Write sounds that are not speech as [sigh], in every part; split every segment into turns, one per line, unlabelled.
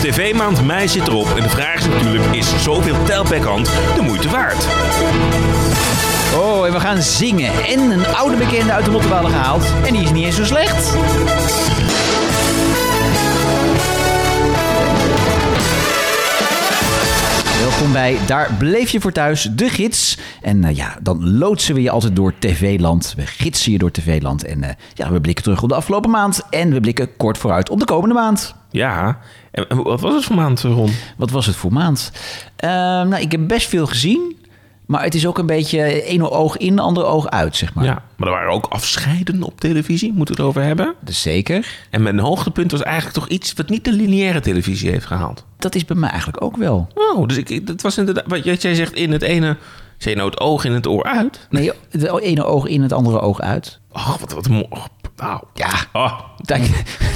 TV-maand mei zit erop en de vraag is natuurlijk, is zoveel telpekhand de moeite waard?
Oh, en we gaan zingen. En een oude bekende uit de Mottenballen gehaald. En die is niet eens zo slecht. Welkom bij Daar bleef je voor thuis, de gids. En eh, ja, dan loodsen we je altijd door TV-land. We gidsen je door TV-land. En eh, ja, we blikken terug op de afgelopen maand. En we blikken kort vooruit op de komende maand.
Ja, en en wat was het voor maand, eh, Ron?
Wat was het voor maand? Ehm, nou, ik heb best veel gezien. Maar het is ook een beetje één oog in, ander oog uit, zeg maar.
Ja, maar er waren ook afscheiden op televisie, moeten we het over hebben.
Dus zeker.
En mijn hoogtepunt was eigenlijk toch iets wat niet de lineaire televisie heeft gehaald.
Dat is bij mij eigenlijk ook wel.
Oh, dus ik- ik, dat was inderdaad, wat jij jij zegt, in het ene, zei nou het oog in het oor uit.
Nee, het ene oog in, het andere oog uit.
Oh, wat, wat mooi. Oh, Nou,
Ja.
Oh,
[laughs] Dat,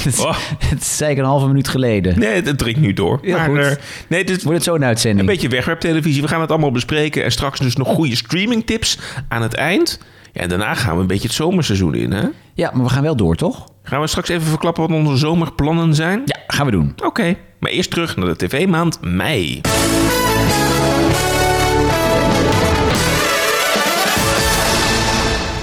dat,
Oh.
dat zei ik een halve minuut geleden.
nee, dat dringt nu door.
Heel
maar,
goed.
eh, nee, dit
Wordt het zo een uitzending?
Een beetje wegwerptelevisie. We gaan het allemaal bespreken. En straks dus nog goede streamingtips aan het eind. Ja, en daarna gaan we een beetje het zomerseizoen in. Hè?
Ja, maar we gaan wel door, toch?
Gaan we straks even verklappen wat onze zomerplannen zijn?
Ja, gaan we doen.
Oké, maar eerst terug naar de tv-maand mei.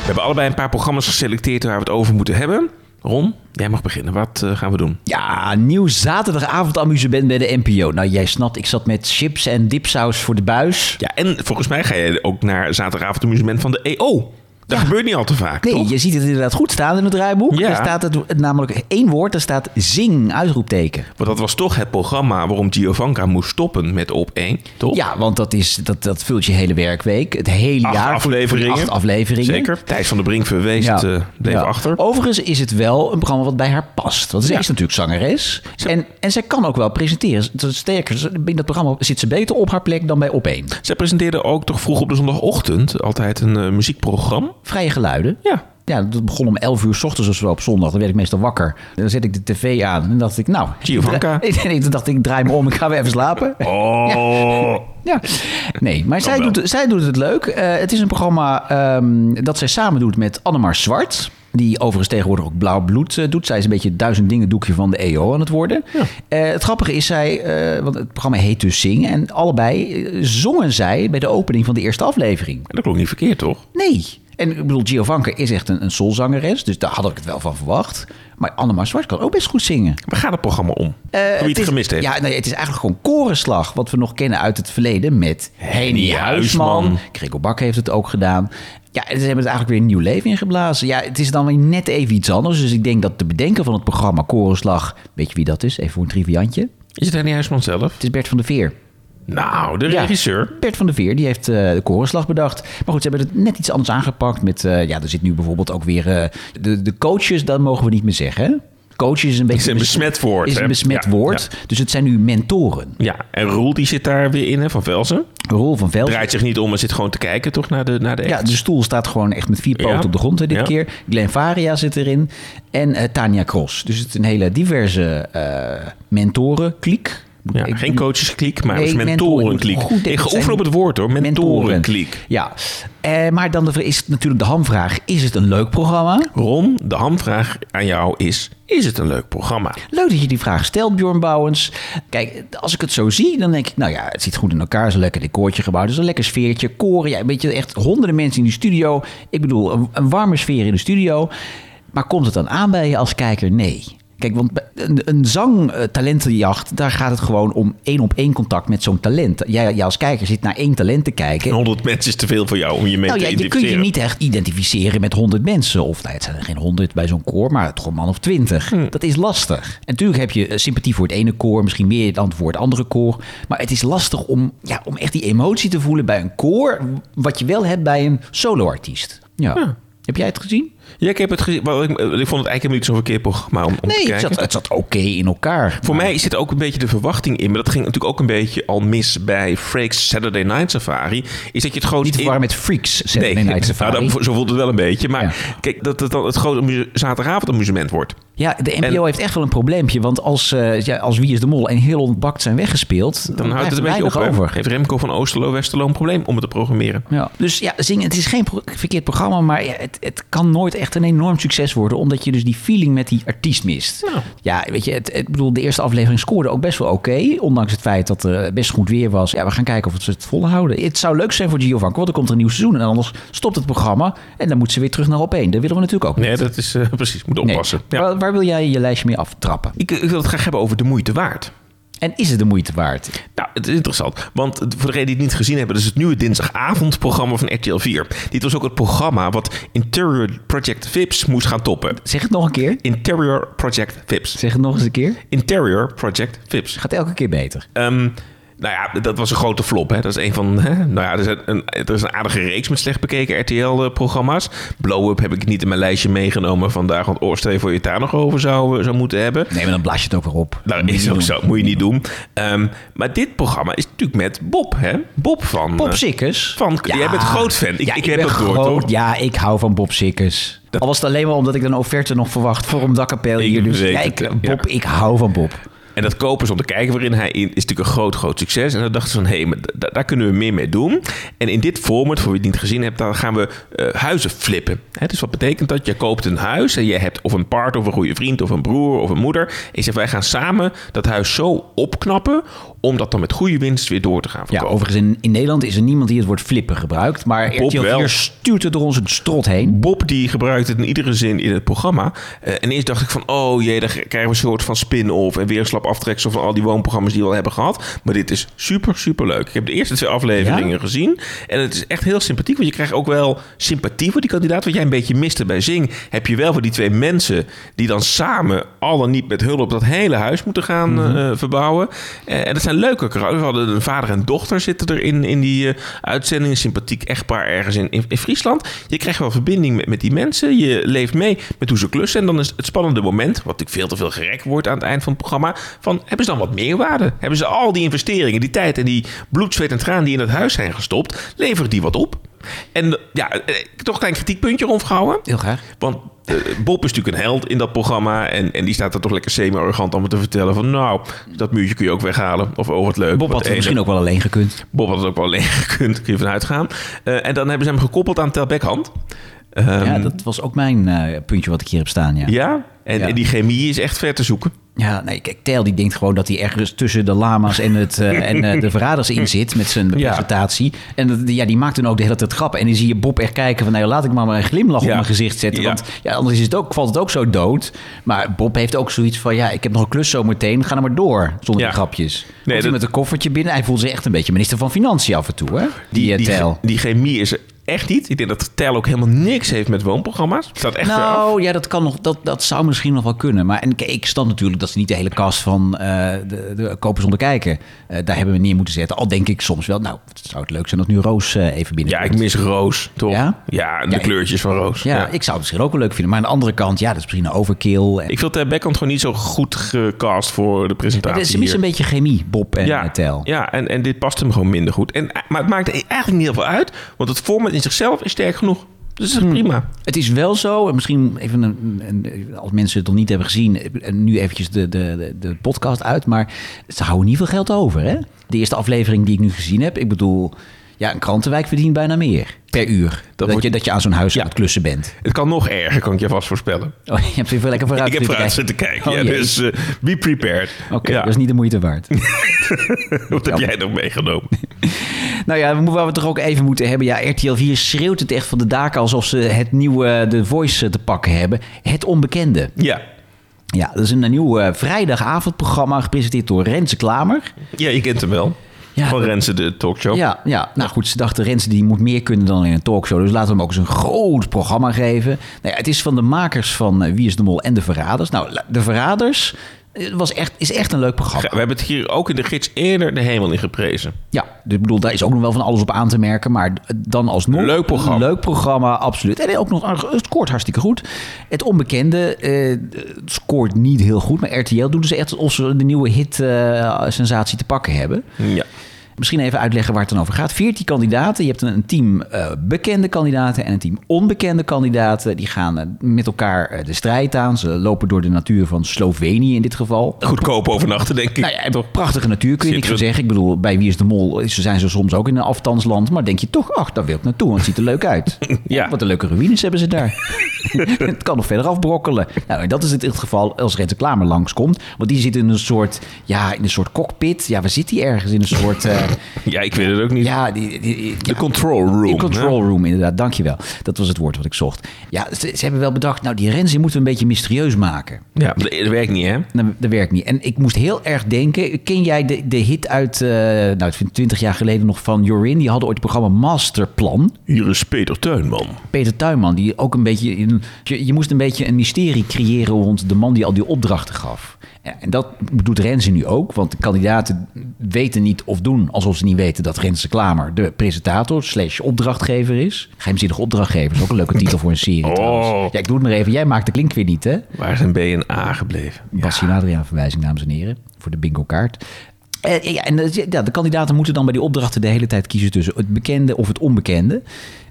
We hebben allebei een paar programma's geselecteerd waar we het over moeten hebben. Ron, jij mag beginnen. Wat eh, gaan we doen?
Ja, nieuw zaterdagavond amusement bij de NPO. Nou, jij snapt, ik zat met chips en dipsaus voor de buis.
Ja, en volgens mij ga je ook naar zaterdagavond amusement van de EO. Dat gebeurt niet al te vaak,
Nee,
toch?
je ziet het inderdaad goed staan in het draaiboek.
Ja.
Daar staat het, het namelijk één woord, daar staat zing, uitroepteken.
Want dat was toch het programma waarom Giovanka moest stoppen met op 1, toch?
Ja, want dat, is, dat, dat vult je hele werkweek. Het hele
Acht
jaar. voor- voor die
afleveringen.
Acht afleveringen.
Zeker. Thijs van der Brink verwees
Ja.
het eh, bleef
Ja.
achter.
Overigens is het wel een programma wat bij haar past. Want zij
Ja.
is natuurlijk zangeres. En, en zij kan ook wel presenteren. Dat is Sterker, ze- in dat programma zit ze beter op haar plek dan bij Opeen.
Zij presenteerde ook toch vroeg op de zondagochtend altijd een eh, muziekprogramma.
Vrije geluiden.
Ja.
Ja, dat begon om 11 uur s ochtends of zo op zondag. Dan werd ik meestal wakker. Dan zet ik de tv aan. En dan dacht ik, nou...
Giovanka.
[laughs] ik dra- Nee, toen dacht ik, ik draai me om. Ik ga weer even slapen.
[laughs] Oh.
Ja. Nee, maar zij
wel.
doet, zij doet het leuk. Eh, het is een programma ehm, dat zij samen doet met Annemar Zwart. Die overigens tegenwoordig ook blauw bloed eh, doet. Zij is een beetje het duizend dingen doekje van de EO aan het worden. Eh, het grappige is, zij, eh, want het programma heet dus Zingen. En allebei eh, zongen zij bij de opening van de eerste aflevering.
Dat klonk niet verkeerd, toch?
Nee. En ik bedoel, Giovanka is echt een, een soulzangeres. Dus daar had ik het wel van verwacht. Maar Annemar Zwart kan ook best goed zingen.
Waar gaat het programma om?
Eh,
Voor wie het
is-
gemist heeft.
Ja, nee, het is eigenlijk gewoon korenslag. Wat we nog kennen uit het verleden met Henny Huisman.
Huisman.
Krikkel Bak heeft het ook gedaan. Ja, en ze hebben het eigenlijk weer een nieuw leven ingeblazen. Ja, het is dan weer net even iets anders. Dus ik denk dat de bedenker van het programma Korenslag... Weet je wie dat is? Even voor een triviantje.
Is het Henny Huisman zelf?
Het is Bert van de Veer.
Nou, de
Ja.
regisseur.
Bert van de Veer, die heeft eh, de korenslag bedacht. Maar goed, ze hebben het net iets anders aangepakt. Met, eh, ja, er zit nu bijvoorbeeld ook weer... eh, de, de coaches, dat mogen we niet meer zeggen, hè? Coaches is een beetje...
Is een besmet woord,
Is
hè?
een besmet
Ja,
woord. Dus het zijn nu mentoren.
Ja, en Roel die zit daar weer in, hè, van
Oh,
Velsen.
Roel van Velsen.
Draait zich niet om, maar zit gewoon te kijken toch naar de, naar de
Ja,
echt.
de stoel staat gewoon echt met vier poten
Ja.
op de grond hè, dit
Ja.
keer. Glenn Faria zit erin. En eh, Tania Cross. Dus het is een hele diverse eh mentoren kliek.
Ja, geen coacheskliek, maar
Nee,
dus mentorenkliek.
mentoren. Goed,
Ik
dat
geoefen
zijn
op het woord hoor, mentorenkliek.
Ja, Eh, maar dan de, is natuurlijk de hamvraag. Is het een leuk programma?
Ron, de hamvraag aan jou is, is het een leuk programma?
Leuk dat je die vraag stelt, Bjorn Bouwens. Kijk, als ik het zo zie, dan denk ik... nou ja, het zit goed in elkaar. Zo'n lekker decoortje gebouwd. Dus een lekker sfeertje. Koren, ja, een beetje echt honderden mensen in de studio. Ik bedoel, een, een warme sfeer in de studio. Maar komt het dan aan bij je als kijker? Nee. Kijk, want bij een, een zangtalentenjacht, daar gaat het gewoon om één op één contact met zo'n talent. Jij, jij als kijker zit naar één talent te kijken.
100 mensen is te veel voor jou om je mee
Nou
te
ja, je kunt
identificeren.
je niet echt identificeren met 100 mensen. Of nou, het zijn er geen 100 bij zo'n koor, maar toch een man of 20.
Hmm.
Dat is lastig. En natuurlijk heb je eh, sympathie voor het ene koor, misschien meer dan voor het andere koor. Maar het is lastig om, ja, om echt die emotie te voelen bij een koor, wat je wel hebt bij een soloartiest. Ja. Heb jij het gezien?
Ja, ik heb het gezien. wel, Ik, ik vond het eigenlijk helemaal niet zo'n verkeerd programma om, om te
Nee, het
kijken.
zat, het zat oké in elkaar.
Voor mij zit ook een beetje de verwachting in. Maar dat ging natuurlijk ook een beetje al mis bij Freek's Saturday Night Safari. Is dat je het gewoon
Niet te
in-
verwarren met Freaks, Saturday Night Safari.
Nou, dat- zo voelt het wel een beetje. Maar
Ja.
kijk, dat het dan het grote amu- zaterdagavondamusement wordt.
Ja, de NPO
En-
heeft echt wel een probleempje. Want als, eh, ja, als Wie is de Mol en heel ontbakt zijn weggespeeld...
Dan houdt het een beetje
blijft er
op.
weinig
Over.
over.
Heeft Remco van Oosterlo Westerlo een probleem om het te programmeren?
Ja. Dus ja, zingen, het is geen pro- verkeerd programma, maar ja, het, het kan nooit echt een enorm succes worden, omdat je dus die feeling met die artiest mist.
Nou.
Ja, weet je, het, het- ik bedoel, de eerste aflevering scoorde ook best wel oké, ondanks het feit dat er best goed weer was. Ja, we gaan kijken of ze het volhouden. Het zou leuk zijn voor Giovanni, want er komt een nieuw seizoen en anders stopt het programma en dan moet ze weer terug naar op één. Dat willen we natuurlijk ook niet.
Nee, dat is eh, precies. Moet
Nee.
oppassen. Ja.
Waar, waar wil jij je lijstje mee aftrappen?
Ik, ik wil het graag hebben over de moeite waard.
En is het de moeite waard?
Nou, het is interessant. Want voor degenen die het niet gezien hebben, dat is het nieuwe dinsdagavondprogramma van RTL 4. Dit was ook het programma wat Interior Project Vips moest gaan toppen.
Zeg het nog een keer.
Interior Project Vips.
Zeg het nog eens een keer. Eh.
Interior Project Vips.
Gaat elke keer beter.
Ehm, nou ja, dat was een grote flop. Hè? Dat is een van. Hè? Nou ja, er, zijn een, er is een aardige reeks met slecht bekeken RTL-programma's. Blow Up heb ik niet in mijn lijstje meegenomen vandaag. Want Oorstel je voor je het daar nog over zou, zou moeten hebben.
Nee, maar dan blaas je het ook weer op.
Nou,
Moet je
is
niet
ook
doen.
zo. Moet je niet doen. Ehm, maar dit programma is natuurlijk met Bob, hè? Bob van.
Bob
eh,
Sikkers.
Van- jij bent groot fan. Ik- ik heb
ben
dat door,
groot.
toch?
Ja, ik hou van Bob Sikkers. Al was het alleen maar omdat ik een offerte nog verwacht voor een dakkapel
Ik
hier. Dus
weet
ja,
het,
ik,
ja.
Bob, ik hou van Bob.
En dat kopen ze om te kijken waarin hij in, is natuurlijk een groot, groot succes. En dan dachten ze van, hé, maar da- da- daar kunnen we meer mee doen. En in dit format, voor wie het niet gezien hebt, dan gaan we eh, huizen flippen. Hè, dus wat betekent dat? Je koopt een huis en je hebt of een partner of een goede vriend of een broer of een moeder. En je zegt, wij gaan samen dat huis zo opknappen om dat dan met goede winst weer door te gaan
Ja,
verkopen.
overigens, in, in Nederland is er niemand die het woord flippen gebruikt. Maar
Bob
RTL
wel.
4 stuurt het door ons het strot heen.
Bob die gebruikt het in iedere zin in het programma. Eh, en eerst dacht ik van, oh jee, dan krijgen we een soort van spin-off... en weer een slap aftreksel van al die woonprogramma's die we al hebben gehad. Maar dit is super, super leuk. Ik heb de eerste twee afleveringen
Ja?
gezien. En het is echt heel sympathiek, want je krijgt ook wel sympathie voor die kandidaat. Wat jij een beetje miste bij Zing, heb je wel voor die twee mensen... die dan samen, al dan niet met hulp, dat hele huis moeten gaan eh, verbouwen. Eh, en dat zijn leuke karakters. We hadden een vader en dochter zitten er in, in die eh, uitzending. Een sympathiek echtpaar ergens in, in, in Friesland. Je krijgt wel verbinding met, met die mensen. Je leeft mee met hoe ze klussen. En dan is het spannende moment, wat ik veel te veel gerekt wordt aan het eind van het programma. Van, hebben ze dan wat meerwaarde? Hebben ze al die investeringen, die tijd en die bloed, zweet en traan die in het huis zijn gestopt, leveren die wat op? En eh, ja, eh, toch een klein kritiekpuntje rondgehouden.
Heel graag.
Want eh, Bob is natuurlijk een held in dat programma. En, en die staat er toch lekker semi-arrogant allemaal te vertellen van... nou, dat muurtje kun je ook weghalen. Of oh, wat leuk.
Bob
wat
had het
enig.
misschien ook wel alleen gekund.
Bob had het ook wel [laughs] alleen gekund, kun je vanuit gaan. Eh, en dan hebben ze hem gekoppeld aan Tel Beckhand. Ehm,
ja,
ja,
dat was ook mijn eh, puntje wat ik hier heb staan, ja.
En,
Ja.
en die chemie is echt ver te zoeken.
Ja, nee, kijk, Tel die denkt gewoon dat hij ergens tussen de lama's en, het, eh, en eh, de verraders in zit met zijn
Ja.
presentatie. En dat, ja, die maakt toen ook de hele tijd grappen. En dan zie je Bob echt kijken van, nou laat ik maar maar een glimlach
Ja.
op mijn gezicht zetten.
Ja.
Want ja, anders is het ook, valt het ook zo dood. Maar Bob heeft ook zoiets van, ja, ik heb nog een klus zo meteen, ga er maar door zonder
Ja.
die grapjes. Nee,
dat-
hij met een koffertje binnen, hij voelt zich echt een beetje minister van Financiën af en toe, hè? Die, eh,
die,
Tel.
die chemie is er echt niet. Ik denk dat Tel ook helemaal niks heeft met woonprogramma's. Staat echt eraf.
Nou, ja, dat, kan nog, dat, dat zou misschien nog wel kunnen. Maar en, kijk, ik snap natuurlijk dat ze niet de hele kast van eh, de, de kopers zonder kijken... eh, daar hebben we neer moeten zetten. Al denk ik soms wel, nou, het zou het leuk zijn dat nu Roos eh, even binnen
Ja, ik mis Roos, toch?
Ja?
en de
Ja, ik-
kleurtjes van Roos.
ja, ik zou het misschien ook wel leuk vinden. Maar aan de andere kant, ja, dat is misschien een overkill. En,
Ik vind Tel Beckhand gewoon niet zo goed gecast voor de presentatie
er is
hier.
tenminste een beetje chemie, Bob en eh, Tel.
Ja, en, en dit past hem gewoon minder goed. En, eh, maar het maakt eigenlijk niet heel veel uit, want het format in zichzelf is sterk genoeg. Dus
Hmm.
dat is prima.
Het is wel zo, en misschien even een, een- als mensen het nog niet hebben gezien, eh, nu eventjes de, de, de- de podcast uit, maar ze houden niet veel geld over. Hè? De eerste aflevering die ik nu gezien heb, ik bedoel, ja, een krantenwijk verdient bijna meer per uur. Dat,
wordt-
je, dat je aan zo'n huis
Ja.
aan het klussen bent.
Het kan nog erger, kan ik je vast voorspellen.
Oh, je hebt even lekker vooruit
ik heb
zitten
vooruit
kijken.
zitten kijken.
Oh,
ja,
jee.
dus eh, be prepared.
Oké, dus
Ja,
dat is niet de moeite waard.
[laughs] Wat heb jij nog meegenomen?
nou ja, we moeten- waar we het toch ook even moeten hebben. Ja, RTL 4 schreeuwt het echt van de daken alsof ze het nieuwe The Voice eh, te pakken hebben. Het onbekende.
ja.
[laughs] Ja, dat is een nieuw eh, vrijdagavondprogramma gepresenteerd door Renze Klamer.
ja, je kent hem wel.
Ja,
van
dat-
Rensen, de talkshow.
Ja, ja, nou goed, ze dachten Rensen die moet meer kunnen dan in een talkshow. Dus laten we hem ook eens een groot programma geven. Nou ja, het is van de makers van eh, Wie is de Mol en De Verraders. Nou, la- De Verraders eh, was echt, is echt een leuk
We
programma.
hebben het hier ook in de gids eerder de hemel in geprezen.
Ja, dus ik bedoel, daar is ook nog wel van alles op aan te merken. Maar eh, dan alsnog...
Leuk programma.
Leuk programma, absoluut. En ook nog, het scoort hartstikke goed. Het onbekende eh, scoort niet heel goed. Maar RTL doet dus echt alsof ze de nieuwe hit-sensatie te eh, pakken hebben.
Ja.
Misschien even uitleggen waar het dan over gaat. 14 kandidaten. Je hebt een, een team eh, bekende kandidaten en een team onbekende kandidaten. Die gaan eh, met elkaar eh, de strijd aan. Ze lopen door de natuur van Slovenië in dit geval.
Goedkoop overnachten, denk ik.
Nou ja, prachtige natuur kun je niks van
Schitterend.
zeggen. Ik bedoel, bij Wie is de Mol eh, ze zijn ze soms ook in een afstandsland. Maar denk je toch, ach, daar wil ik naartoe, want het ziet er leuk uit.
Ja.
Wat een leuke ruïnes hebben ze daar. het kan nog verder afbrokkelen. Nou, en dat is het, in het geval als Renze Klamer langskomt. Want die zit in een soort, ja, in een soort cockpit. Ja, waar zit hij ergens? In een soort, eh,
Ja, ik weet het ook niet.
ja, die, die- die-
De
ja.
control room.
In control room, inderdaad. Dankjewel. Dat was het woord wat ik zocht. Ja, ze, ze hebben wel bedacht, nou, die Renzi moeten we een beetje mysterieus maken.
hè? Ja, dat werkt niet, hè?
Nou, dat werkt niet. En ik moest heel erg denken. Ken jij de, de hit uit, eh nou, ik vind 20 jaar geleden nog van Jorin? Die hadden ooit het programma Masterplan.
Hier is Peter Tuinman.
Peter Tuinman, die ook een beetje. in- je, je moest een beetje een mysterie creëren rond de man die al die opdrachten gaf. Ja, En dat doet Renze nu ook, want de kandidaten weten niet of doen alsof ze niet weten dat Renze Klamer de presentator slash opdrachtgever is. Geheimzinnige opdrachtgever is ook een leuke titel voor een serie.
Oh.
trouwens. Ja, ik doe het maar even. Jij maakt de klink weer niet, hè?
Waar zijn B en A gebleven?
Bas ja. Adriaan verwijzing, dames en heren, voor de bingo kaart. Eh, ja, en eh, ja, de kandidaten moeten dan bij die opdrachten de hele tijd kiezen tussen het bekende of het onbekende.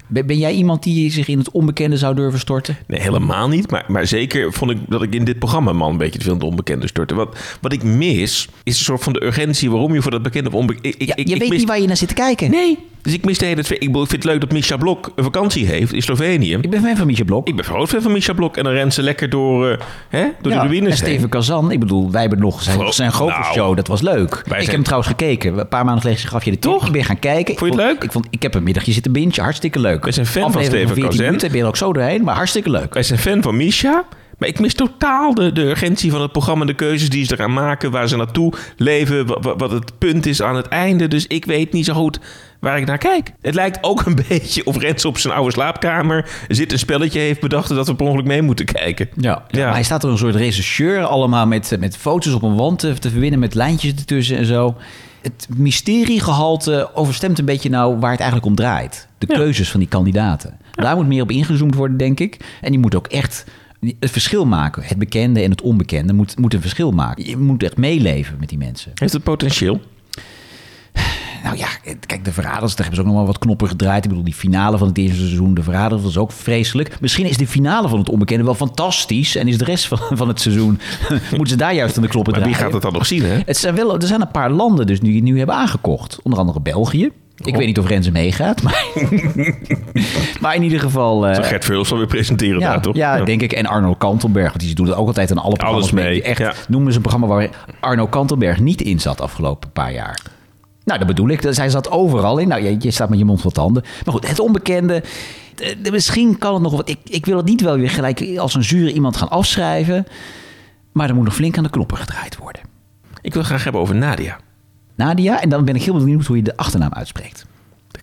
Ben, ben jij iemand die zich in het onbekende zou durven storten?
Nee, helemaal niet. Maar, maar zeker vond ik dat ik in dit programma man een beetje te veel in het onbekende stortte. Wat, wat ik mis, is een soort van de urgentie waarom je voor dat bekende of onbekende... Ik,
Ja,
ik,
je
ik
weet
mis-
niet waar je naar zit te kijken.
Nee, dus ik mis de hele twee. Ik, bedoel, ik vind het leuk dat Misha Blok een vakantie heeft in Slovenië.
Ik ben fan van Mietje Blok.
Ik ben groot fan van Misha Blok. En dan rent ze lekker door, eh, hè, door
Ja,
de
en
ruïnes heen.
Steven Kazan, ik bedoel, wij hebben nog zijn,
Gro-
zijn grote
Nou.
show, dat was leuk. Ik
zijn-
heb hem trouwens gekeken. Een paar maanden geleden gaf je de tip.
Toch?
Ik ben gaan kijken.
Vond je het
Ik
leuk?
Ik, vond, ik heb een middagje zitten bingen, hartstikke leuk.
We zijn fan van
Aflevering
Steven
14
Kazan.
minuten, ben je er ook zo doorheen, maar hartstikke leuk.
Wij zijn fan van Misha. Maar ik mis totaal de, de urgentie van het programma. De keuzes die ze eraan maken. Waar ze naartoe leven. wa- wa- Wat, het punt is aan het einde. Dus ik weet niet zo goed waar ik naar kijk. Het lijkt ook een [laughs] beetje of Rens op zijn oude slaapkamer zit een spelletje heeft bedacht. en Dat we per ongeluk mee moeten kijken.
Ja,
Ja.
maar hij staat er een soort regisseur allemaal met, eh, met foto's op een wand te, te verwinnen met lijntjes ertussen en zo. Het mysteriegehalte overstemt een beetje nou waar het eigenlijk om draait. De
Ja.
keuzes van die kandidaten. Daar moet meer op ingezoomd worden, denk ik. En die moet ook echt het verschil maken. Het bekende en het onbekende moet, moet een verschil maken. Je moet echt meeleven met die mensen.
Heeft het potentieel?
Nou ja, het- kijk, de Verraders, daar hebben ze ook nog wel wat knoppen gedraaid. Ik bedoel, die finale van het eerste seizoen, de Verraders, was ook vreselijk. Misschien is de finale van het onbekende wel fantastisch. En is de rest van, van het seizoen, [laughs] moeten ze daar juist aan de knoppen
Maar wie
draaien.
gaat het dan nog zien, hè?
Het zijn wel, er zijn een paar landen dus die het nu hebben aangekocht. Onder andere België.
Oh.
Ik weet niet of Renze meegaat, maar, [laughs] maar in ieder geval... eh,
Zal Gert Vuls alweer presenteren
ja,
daar, toch?
ja, denk ik. En Arno Kantelberg, want die doen dat ook altijd aan alle programma's
Alles mee,
Echt,
ja.
noemen ze een programma waar Arno Kantelberg niet in zat afgelopen paar jaar. Nou, dat bedoel ik. Dus hij zat overal in. Nou, je, je staat met je mond vol tanden. Maar goed, het onbekende. Eh, de- de- misschien kan het nog wat. Ik, ik wil het niet wel weer gelijk als een zure iemand gaan afschrijven. Maar er moet nog flink aan de knoppen gedraaid worden.
Ik wil het graag hebben over Nadia.
Nadia, en dan ben ik heel benieuwd hoe je de achternaam uitspreekt.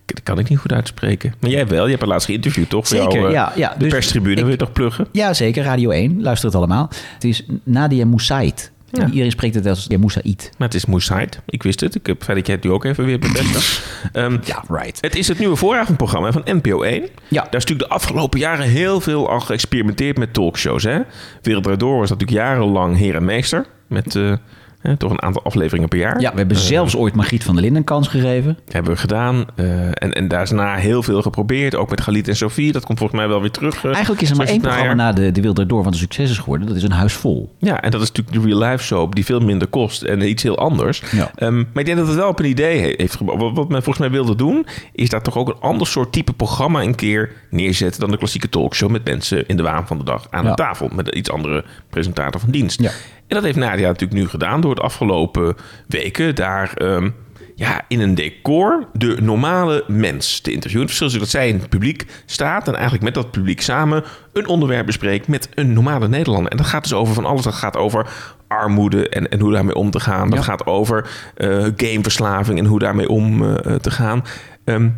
Dat kan ik niet goed uitspreken. Maar jij wel. Je hebt haar laatst geïnterviewd, toch? Voor
Zeker,
eh,
ja, ja.
De
Dus
perstribune
ik-
wil je toch pluggen?
Ja, zeker. Radio 1. Luister het allemaal. Het is Nadia Moussaid. En
Ja.
Iedereen spreekt het als ja, Moussaid.
Maar het is Moesite. Ik wist het. Ik heb fijn dat jij het nu ook even weer
[laughs]
bevestigt. Ehm,
Ja, right.
het is het nieuwe vooravondprogramma van NPO 1.
Ja.
Daar is natuurlijk de afgelopen jaren heel veel al geëxperimenteerd met talkshows. Hè? Wereld Draait Door was natuurlijk jarenlang heer en meester. Met eh, hè, toch een aantal afleveringen per jaar.
Ja, we hebben
Eh,
zelfs ooit Margriet van der Linden een kans gegeven.
Hebben we gedaan. eh, en, en daarna heel veel geprobeerd. Ook met Galit en Sophie. Dat komt volgens mij wel weer terug. eh,
Eigenlijk is er maar
straks
één
het najaar.
programma na de, de Wilde Door wat een succes is geworden. Dat is een huis vol.
Ja, en dat is natuurlijk de real life soap die veel minder kost en iets heel anders.
Ja.
Ehm, maar ik denk dat het wel op een idee he- heeft gebouwd. Wat, wat men volgens mij wilde doen, is daar toch ook een ander soort type programma een keer neerzetten dan de klassieke talkshow met mensen in de waan van de dag aan
Ja.
de tafel. Met een iets andere presentator van dienst.
Ja.
En dat heeft Nadia natuurlijk nu gedaan door de afgelopen weken daar ehm, ja, in een decor de normale mens te interviewen. Het verschil is dat zij in het publiek staat en eigenlijk met dat publiek samen een onderwerp bespreekt met een normale Nederlander. En dat gaat dus over van alles. Dat gaat over armoede en, en hoe daarmee om te gaan. Dat
Ja.
gaat over eh, gameverslaving en hoe daarmee om eh, te gaan. Ehm,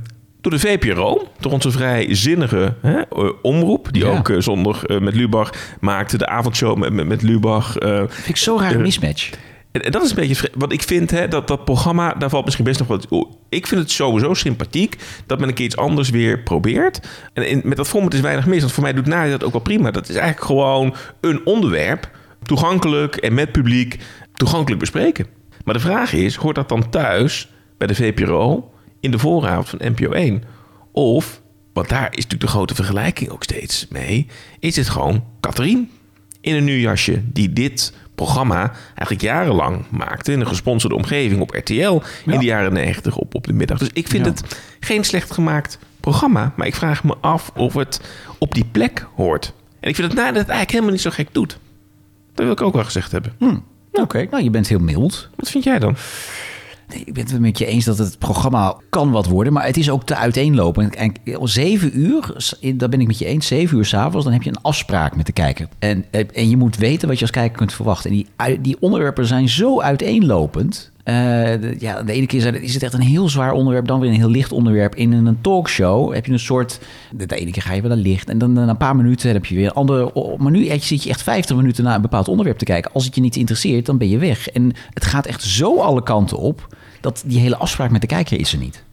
door de VPRO, door onze vrijzinnige hè, eh, omroep, die
Ja.
ook eh, zondag eh, met Lubach maakte, de avondshow met, met, met Lubach. eh,
Vind ik zo raar
Eh,
mismatch.
en en dat is een beetje vre- wat ik vind, hè, dat dat programma, daar valt misschien best nog wat. o- Ik vind het sowieso sympathiek dat men een keer iets anders weer probeert. En in- met dat format is weinig mis, want voor mij doet Nadia dat ook wel prima. Dat is eigenlijk gewoon een onderwerp, toegankelijk en met publiek, toegankelijk bespreken. Maar de vraag is, hoort dat dan thuis bij de VPRO in de vooravond van NPO 1. Of, want daar is natuurlijk de grote vergelijking ook steeds mee, is het gewoon Catherine in een nieuw jasje die dit programma eigenlijk jarenlang maakte in een gesponsorde omgeving op RTL in de jaren 90 op, op de middag. Dus ik vind
Ja.
het geen slecht gemaakt programma, maar ik vraag me af of het op die plek hoort. En ik vind het nadat het eigenlijk helemaal niet zo gek doet. Dat wil ik ook wel gezegd hebben.
Oké, nou je bent heel mild.
Wat vind jij dan?
Nee, Ik ben het met je eens dat het programma kan wat worden, maar het is ook te uiteenlopend. En om zeven uur, s- daar ben ik met je eens, zeven uur s'avonds, dan heb je een afspraak met de kijker. En, eh, en je moet weten wat je als kijker kunt verwachten. En die, ui- die onderwerpen zijn zo uiteenlopend. Eh, de- ja, de ene keer zijn het- is het echt een heel zwaar onderwerp, dan weer een heel licht onderwerp. In een talkshow heb je een soort. De de ene keer ga je wel een licht. En dan eh, na een paar minuten heb je weer een ander. o- Maar nu echt- zit je echt 50 minuten naar een bepaald onderwerp te kijken. Als het je niet interesseert, dan ben je weg. En het gaat echt zo alle kanten op dat die hele afspraak met de kijker is er niet.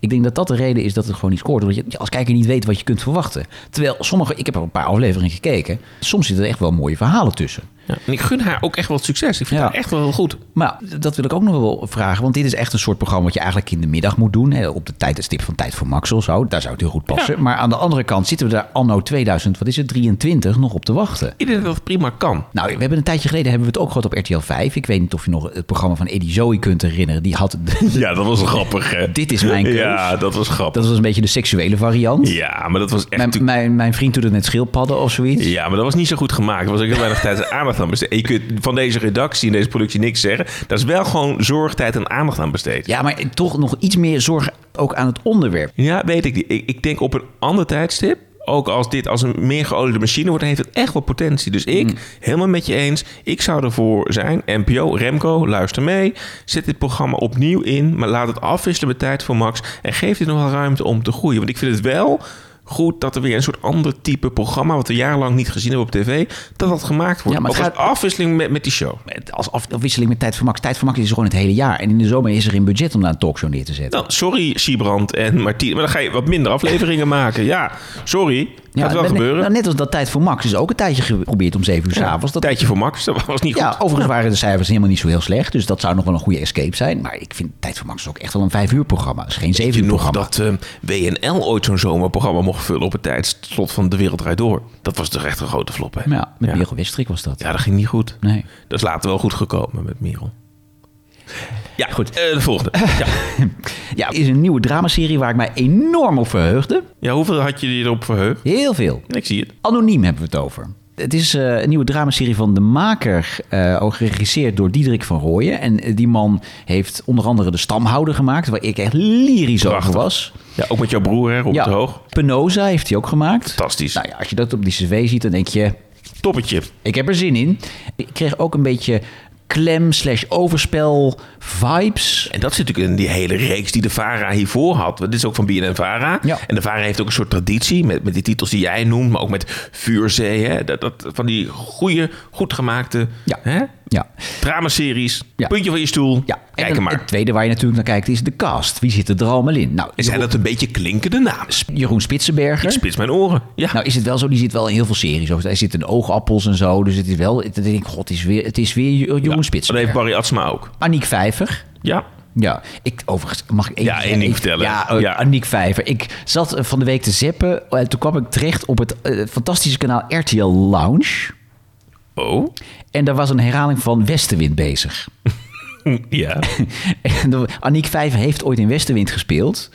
Ik denk dat dat de reden is dat het gewoon niet scoort. Omdat je als kijker niet weet wat je kunt verwachten. Terwijl sommige, ik heb er een paar afleveringen gekeken. Soms zitten er echt wel mooie verhalen tussen.
Ja, en ik gun haar ook echt wel het succes. Ik vind
Ja.
haar echt wel heel goed.
Maar dat wil ik ook nog wel vragen. Want dit is echt een soort programma wat je eigenlijk in de middag moet doen. Hè, op de tijd, het stip van tijd voor Maxel. Zo, daar zou het heel goed passen. Maar aan de andere kant zitten we daar anno 2000, wat is het, 23 nog op te wachten.
Ik denk dat het prima kan.
Nou, we hebben een tijdje geleden hebben we het ook gehad op RTL 5. Ik weet niet of je nog het programma van Eddie Zoe kunt herinneren. Die had, [laughs]
Ja, dat was grappig. hè.
Dit is mijn keus.
Ja, dat was grappig.
dat was een beetje de seksuele variant.
Ja, maar dat was echt...
Mijn, mijn, mijn vriend doet het met schildpadden of zoiets.
Ja, maar dat was niet zo goed gemaakt. Er was ook heel weinig tijd en aandacht aan besteed. En Je kunt van deze redactie en deze productie niks zeggen. Daar is wel gewoon zorg, tijd en aandacht aan besteed.
Ja, maar toch nog iets meer zorg ook aan het onderwerp.
Ja, weet ik niet. Ik, ik denk op een ander tijdstip. Ook als dit als een meer geoliede machine wordt, heeft het echt wel potentie. Dus ik,
Mm.
helemaal met je eens, ik zou ervoor zijn. NPO, Remco, luister mee. Zet dit programma opnieuw in, maar laat het afwisselen met tijd voor Max. En geef dit nog wel ruimte om te groeien. Want ik vind het wel goed dat er weer een soort ander type programma... wat we jarenlang niet gezien hebben op tv, dat dat gemaakt wordt.
Ja, maar
Ook
het
als afwisseling met, met die show.
Met- Als afwisseling met tijd voor max. Tijd voor max is gewoon het hele jaar. En in de zomer is er geen budget om daar een talkshow neer te zetten.
Nou, sorry Siebrand en Martien, maar dan ga je wat minder afleveringen [laughs] maken. Ja, sorry, gaat wel
net,
gebeuren.
nou, net als dat tijd voor max is ook een tijdje geprobeerd om 7 uur
Ja,
s'avonds.
een
Dat
tijdje voor Max, dat was niet
ja,
goed.
overigens waren de cijfers helemaal niet zo heel slecht. Dus dat zou nog wel een goede escape zijn. Maar ik vind tijd voor max is ook echt wel een 5 uur programma. Het is geen 7 uur
Nog
programma.
dat eh, WNL ooit zo'n zomerprogramma mocht vullen op het tijdslot van De Wereld Draait Door. Dat was toch echt een grote flop, hè?
Ja, met
ja.
Merel Westrik was dat.
Ja, dat ging niet goed.
Nee.
Dat is later wel goed gekomen met Merel. Ja, goed. Eh, de volgende.
[laughs]
Ja.
Ja, is een nieuwe dramaserie waar ik mij enorm op verheugde.
ja, hoeveel had je je erop verheugd?
Heel veel.
Ik zie het.
Anoniem hebben we het over. Het is eh, een nieuwe dramaserie van De Maker, eh, ook geregisseerd door Diederik van Rooyen. En eh, die man heeft onder andere De Stamhouder gemaakt, waar ik echt lyrisch
Prachtig.
over was.
Ja, ook met jouw broer, hè, Robert de Hoog.
Penosa heeft hij ook gemaakt.
Fantastisch.
Nou ja, als je dat op die cv ziet, dan denk je,
Toppetje.
ik heb er zin in. Ik kreeg ook een beetje klem slash overspel vibes.
En dat zit natuurlijk in die hele reeks die de VARA hiervoor had. Want Dit is ook van BNN VARA.
Ja.
En de VARA heeft ook een soort traditie met, met die titels die jij noemt. Maar ook met Vuurzee. Hè? Dat, dat, van die goede, goed gemaakte
Ja.
hè?
Ja,
dramaseries.
Ja.
Puntje van je stoel.
ja.
Kijk
en
er
dan
maar.
het tweede waar je natuurlijk naar kijkt is de cast. Wie zit er er allemaal in? Nou,
En zijn
Jeroen,
dat een beetje klinkende namen?
Jeroen Spitsenberger.
Ik spits mijn oren. Ja.
Nou is het wel zo, die zit wel in heel veel series. Over. Hij zit in oogappels en zo. Dus het is wel, ik denk, god, het is weer, het is weer Jo- Jeroen
Ja.
Spits.
Dat heeft Barry Atsma ook.
Aniek Vijver.
Ja.
Ja, ik overigens mag ik even
Ja, één ding
ik-
vertellen.
Ja, eh,
Ja.
Aniek Vijver. Ik zat eh, van de week te zeppen en toen kwam ik terecht op het eh, fantastische kanaal RTL Lounge.
Oh.
En daar was een herhaling van Westenwind bezig. [laughs]
Ja.
En dan- Aniek Vijver heeft ooit in Westenwind gespeeld.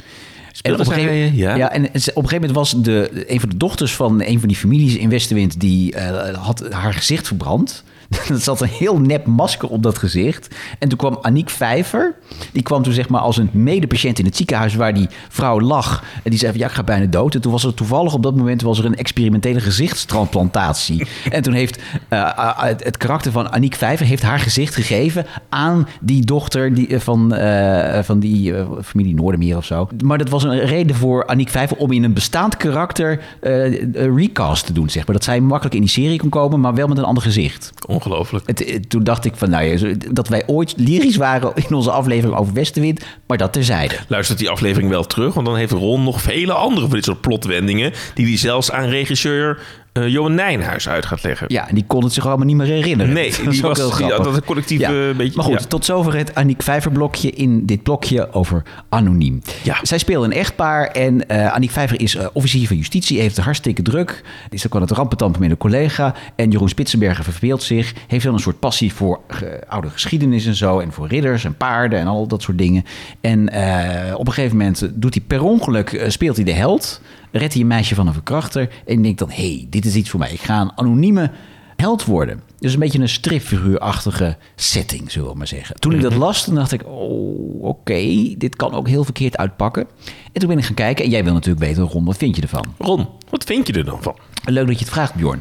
En op, een
zij,
gegeven,
eh, ja?
ja? en ze- op een gegeven moment was de, een van de dochters van een van die families in Westenwind... die eh, had haar gezicht verbrand. [laughs] Er zat een heel nep masker op dat gezicht. En toen kwam Aniek Vijver. Die kwam toen zeg maar als een medepatiënt in het ziekenhuis... waar die vrouw lag. En die zei van, ja, ik ga bijna dood. En toen was er toevallig op dat moment was er een experimentele gezichtstransplantatie. [laughs] en toen heeft eh, a- a- het, het karakter van Aniek Vijver... heeft haar gezicht gegeven aan die dochter die, eh, van, eh, van die eh, familie Noordermeer of zo. Maar dat was een reden voor Aniek Vijver om in een bestaand karakter... eh, een recast te doen, zeg maar. Dat zij makkelijk in die serie kon komen, maar wel met een ander gezicht.
Ongelooflijk.
Het, het- toen dacht ik van, nou ja, zo- dat wij ooit lyrisch waren in onze aflevering over Westenwind, maar dat terzijde.
Luistert die aflevering wel terug, want dan heeft Ron nog vele andere van dit soort plotwendingen. die hij zelfs aan regisseur eh, Johan Nijnhuis uit gaat leggen.
Ja, en die kon het zich allemaal niet meer herinneren.
Nee,
[laughs] dat
die
is ook
was-
heel
die-
grappig.
dat het collectief, eh, beetje-
Maar goed,
ja.
tot zover het Aniek Vijver blokje in dit blokje over anoniem.
Ja.
Zij speelt een echtpaar en eh Aniek Vijver is eh, officier van justitie, heeft het hartstikke druk. Is ook wel het rampentamp met een collega. En Jeroen Spitsenberger verveelt zich, heeft wel een soort passie voor ge- oude geschiedenis en zo. En voor ridders en paarden en al dat soort dingen. En eh, op een gegeven moment doet hij per ongeluk, eh, speelt hij de held. Redt hij een meisje van een verkrachter. En denkt dan, hé, hey, dit is iets voor mij. Ik ga een anonieme held worden. Dus een beetje een stripfiguurachtige setting, zullen we maar zeggen. Toen ik
Mhm.
dat las, toen dacht ik, oh, oké, dit kan ook heel verkeerd uitpakken. En toen ben ik gaan kijken en jij wil natuurlijk weten, Ron, wat vind je ervan?
Ron, wat vind je er dan van?
Leuk dat je het vraagt, Bjorn.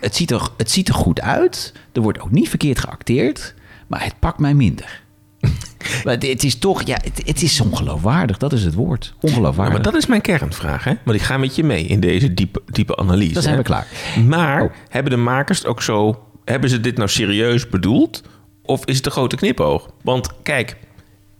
Het ziet, er, het ziet er goed uit, er wordt ook niet verkeerd geacteerd, maar het pakt mij
[laughs]
minder. maar het, het is toch, ja, het, het is ongeloofwaardig, dat is het woord.
Ja,
Ongeloofwaardig.
maar dat is mijn kernvraag, hè? Want ik ga met je mee in deze diepe, diepe analyse.
Dan zijn
hè?
we klaar.
Maar
Oh.
hebben de makers het ook zo... Hebben ze dit nou serieus bedoeld? Of is het een grote knipoog? Want kijk,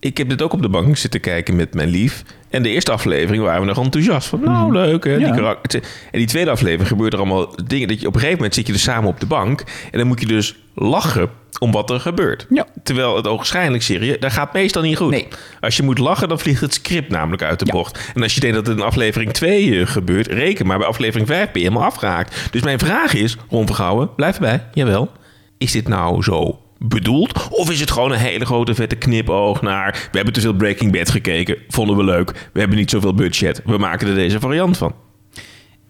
ik heb dit ook op de bank zitten kijken met mijn lief. En de eerste aflevering waren we nog enthousiast van. Nou, leuk hè. Die
Ja.
karak- en die tweede aflevering gebeurt er allemaal dingen... dat je op een gegeven moment zit je er samen op de bank... en dan moet je dus lachen om wat er gebeurt.
Ja.
Terwijl het ogenschijnlijk serieus... Dat gaat meestal niet goed.
Nee.
Als je moet lachen, dan vliegt het script namelijk uit de
Ja.
bocht. En als je denkt dat het in aflevering 2 eh, gebeurt, reken maar, bij aflevering 5 ben je helemaal afgehaakt. Dus mijn vraag is, Ron Vergouwen, blijf erbij, jawel. Is dit nou zo bedoeld? Of is het gewoon een hele grote vette knipoog naar... we hebben te veel Breaking Bad gekeken, vonden we leuk... we hebben niet zoveel budget, we maken er deze variant van.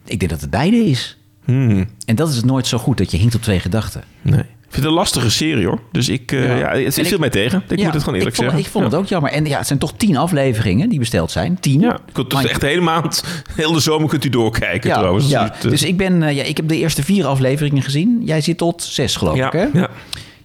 Ik denk dat het beide is.
Hmm.
En dat is het nooit zo goed, dat je hinkt op twee gedachten.
Nee. Ik vind het een lastige serie, hoor. Dus ik, eh,
Ja.
ja. het
En
viel
ik-
mij tegen. Ik
Ja,
moet het gewoon eerlijk
ik vond,
zeggen.
Ik vond
ja.
het ook jammer. En ja, het zijn toch tien afleveringen die besteld zijn. Tien.
Ja, ik kon- dus
Maar-
echt de hele maand, heel de zomer kunt u doorkijken
ja,
trouwens.
ja.
Dus, eh,
Dus ik, ben, eh, ja, ik heb de eerste vier afleveringen gezien. Jij zit tot zes, geloof
ja,
ik. Hè?
ja.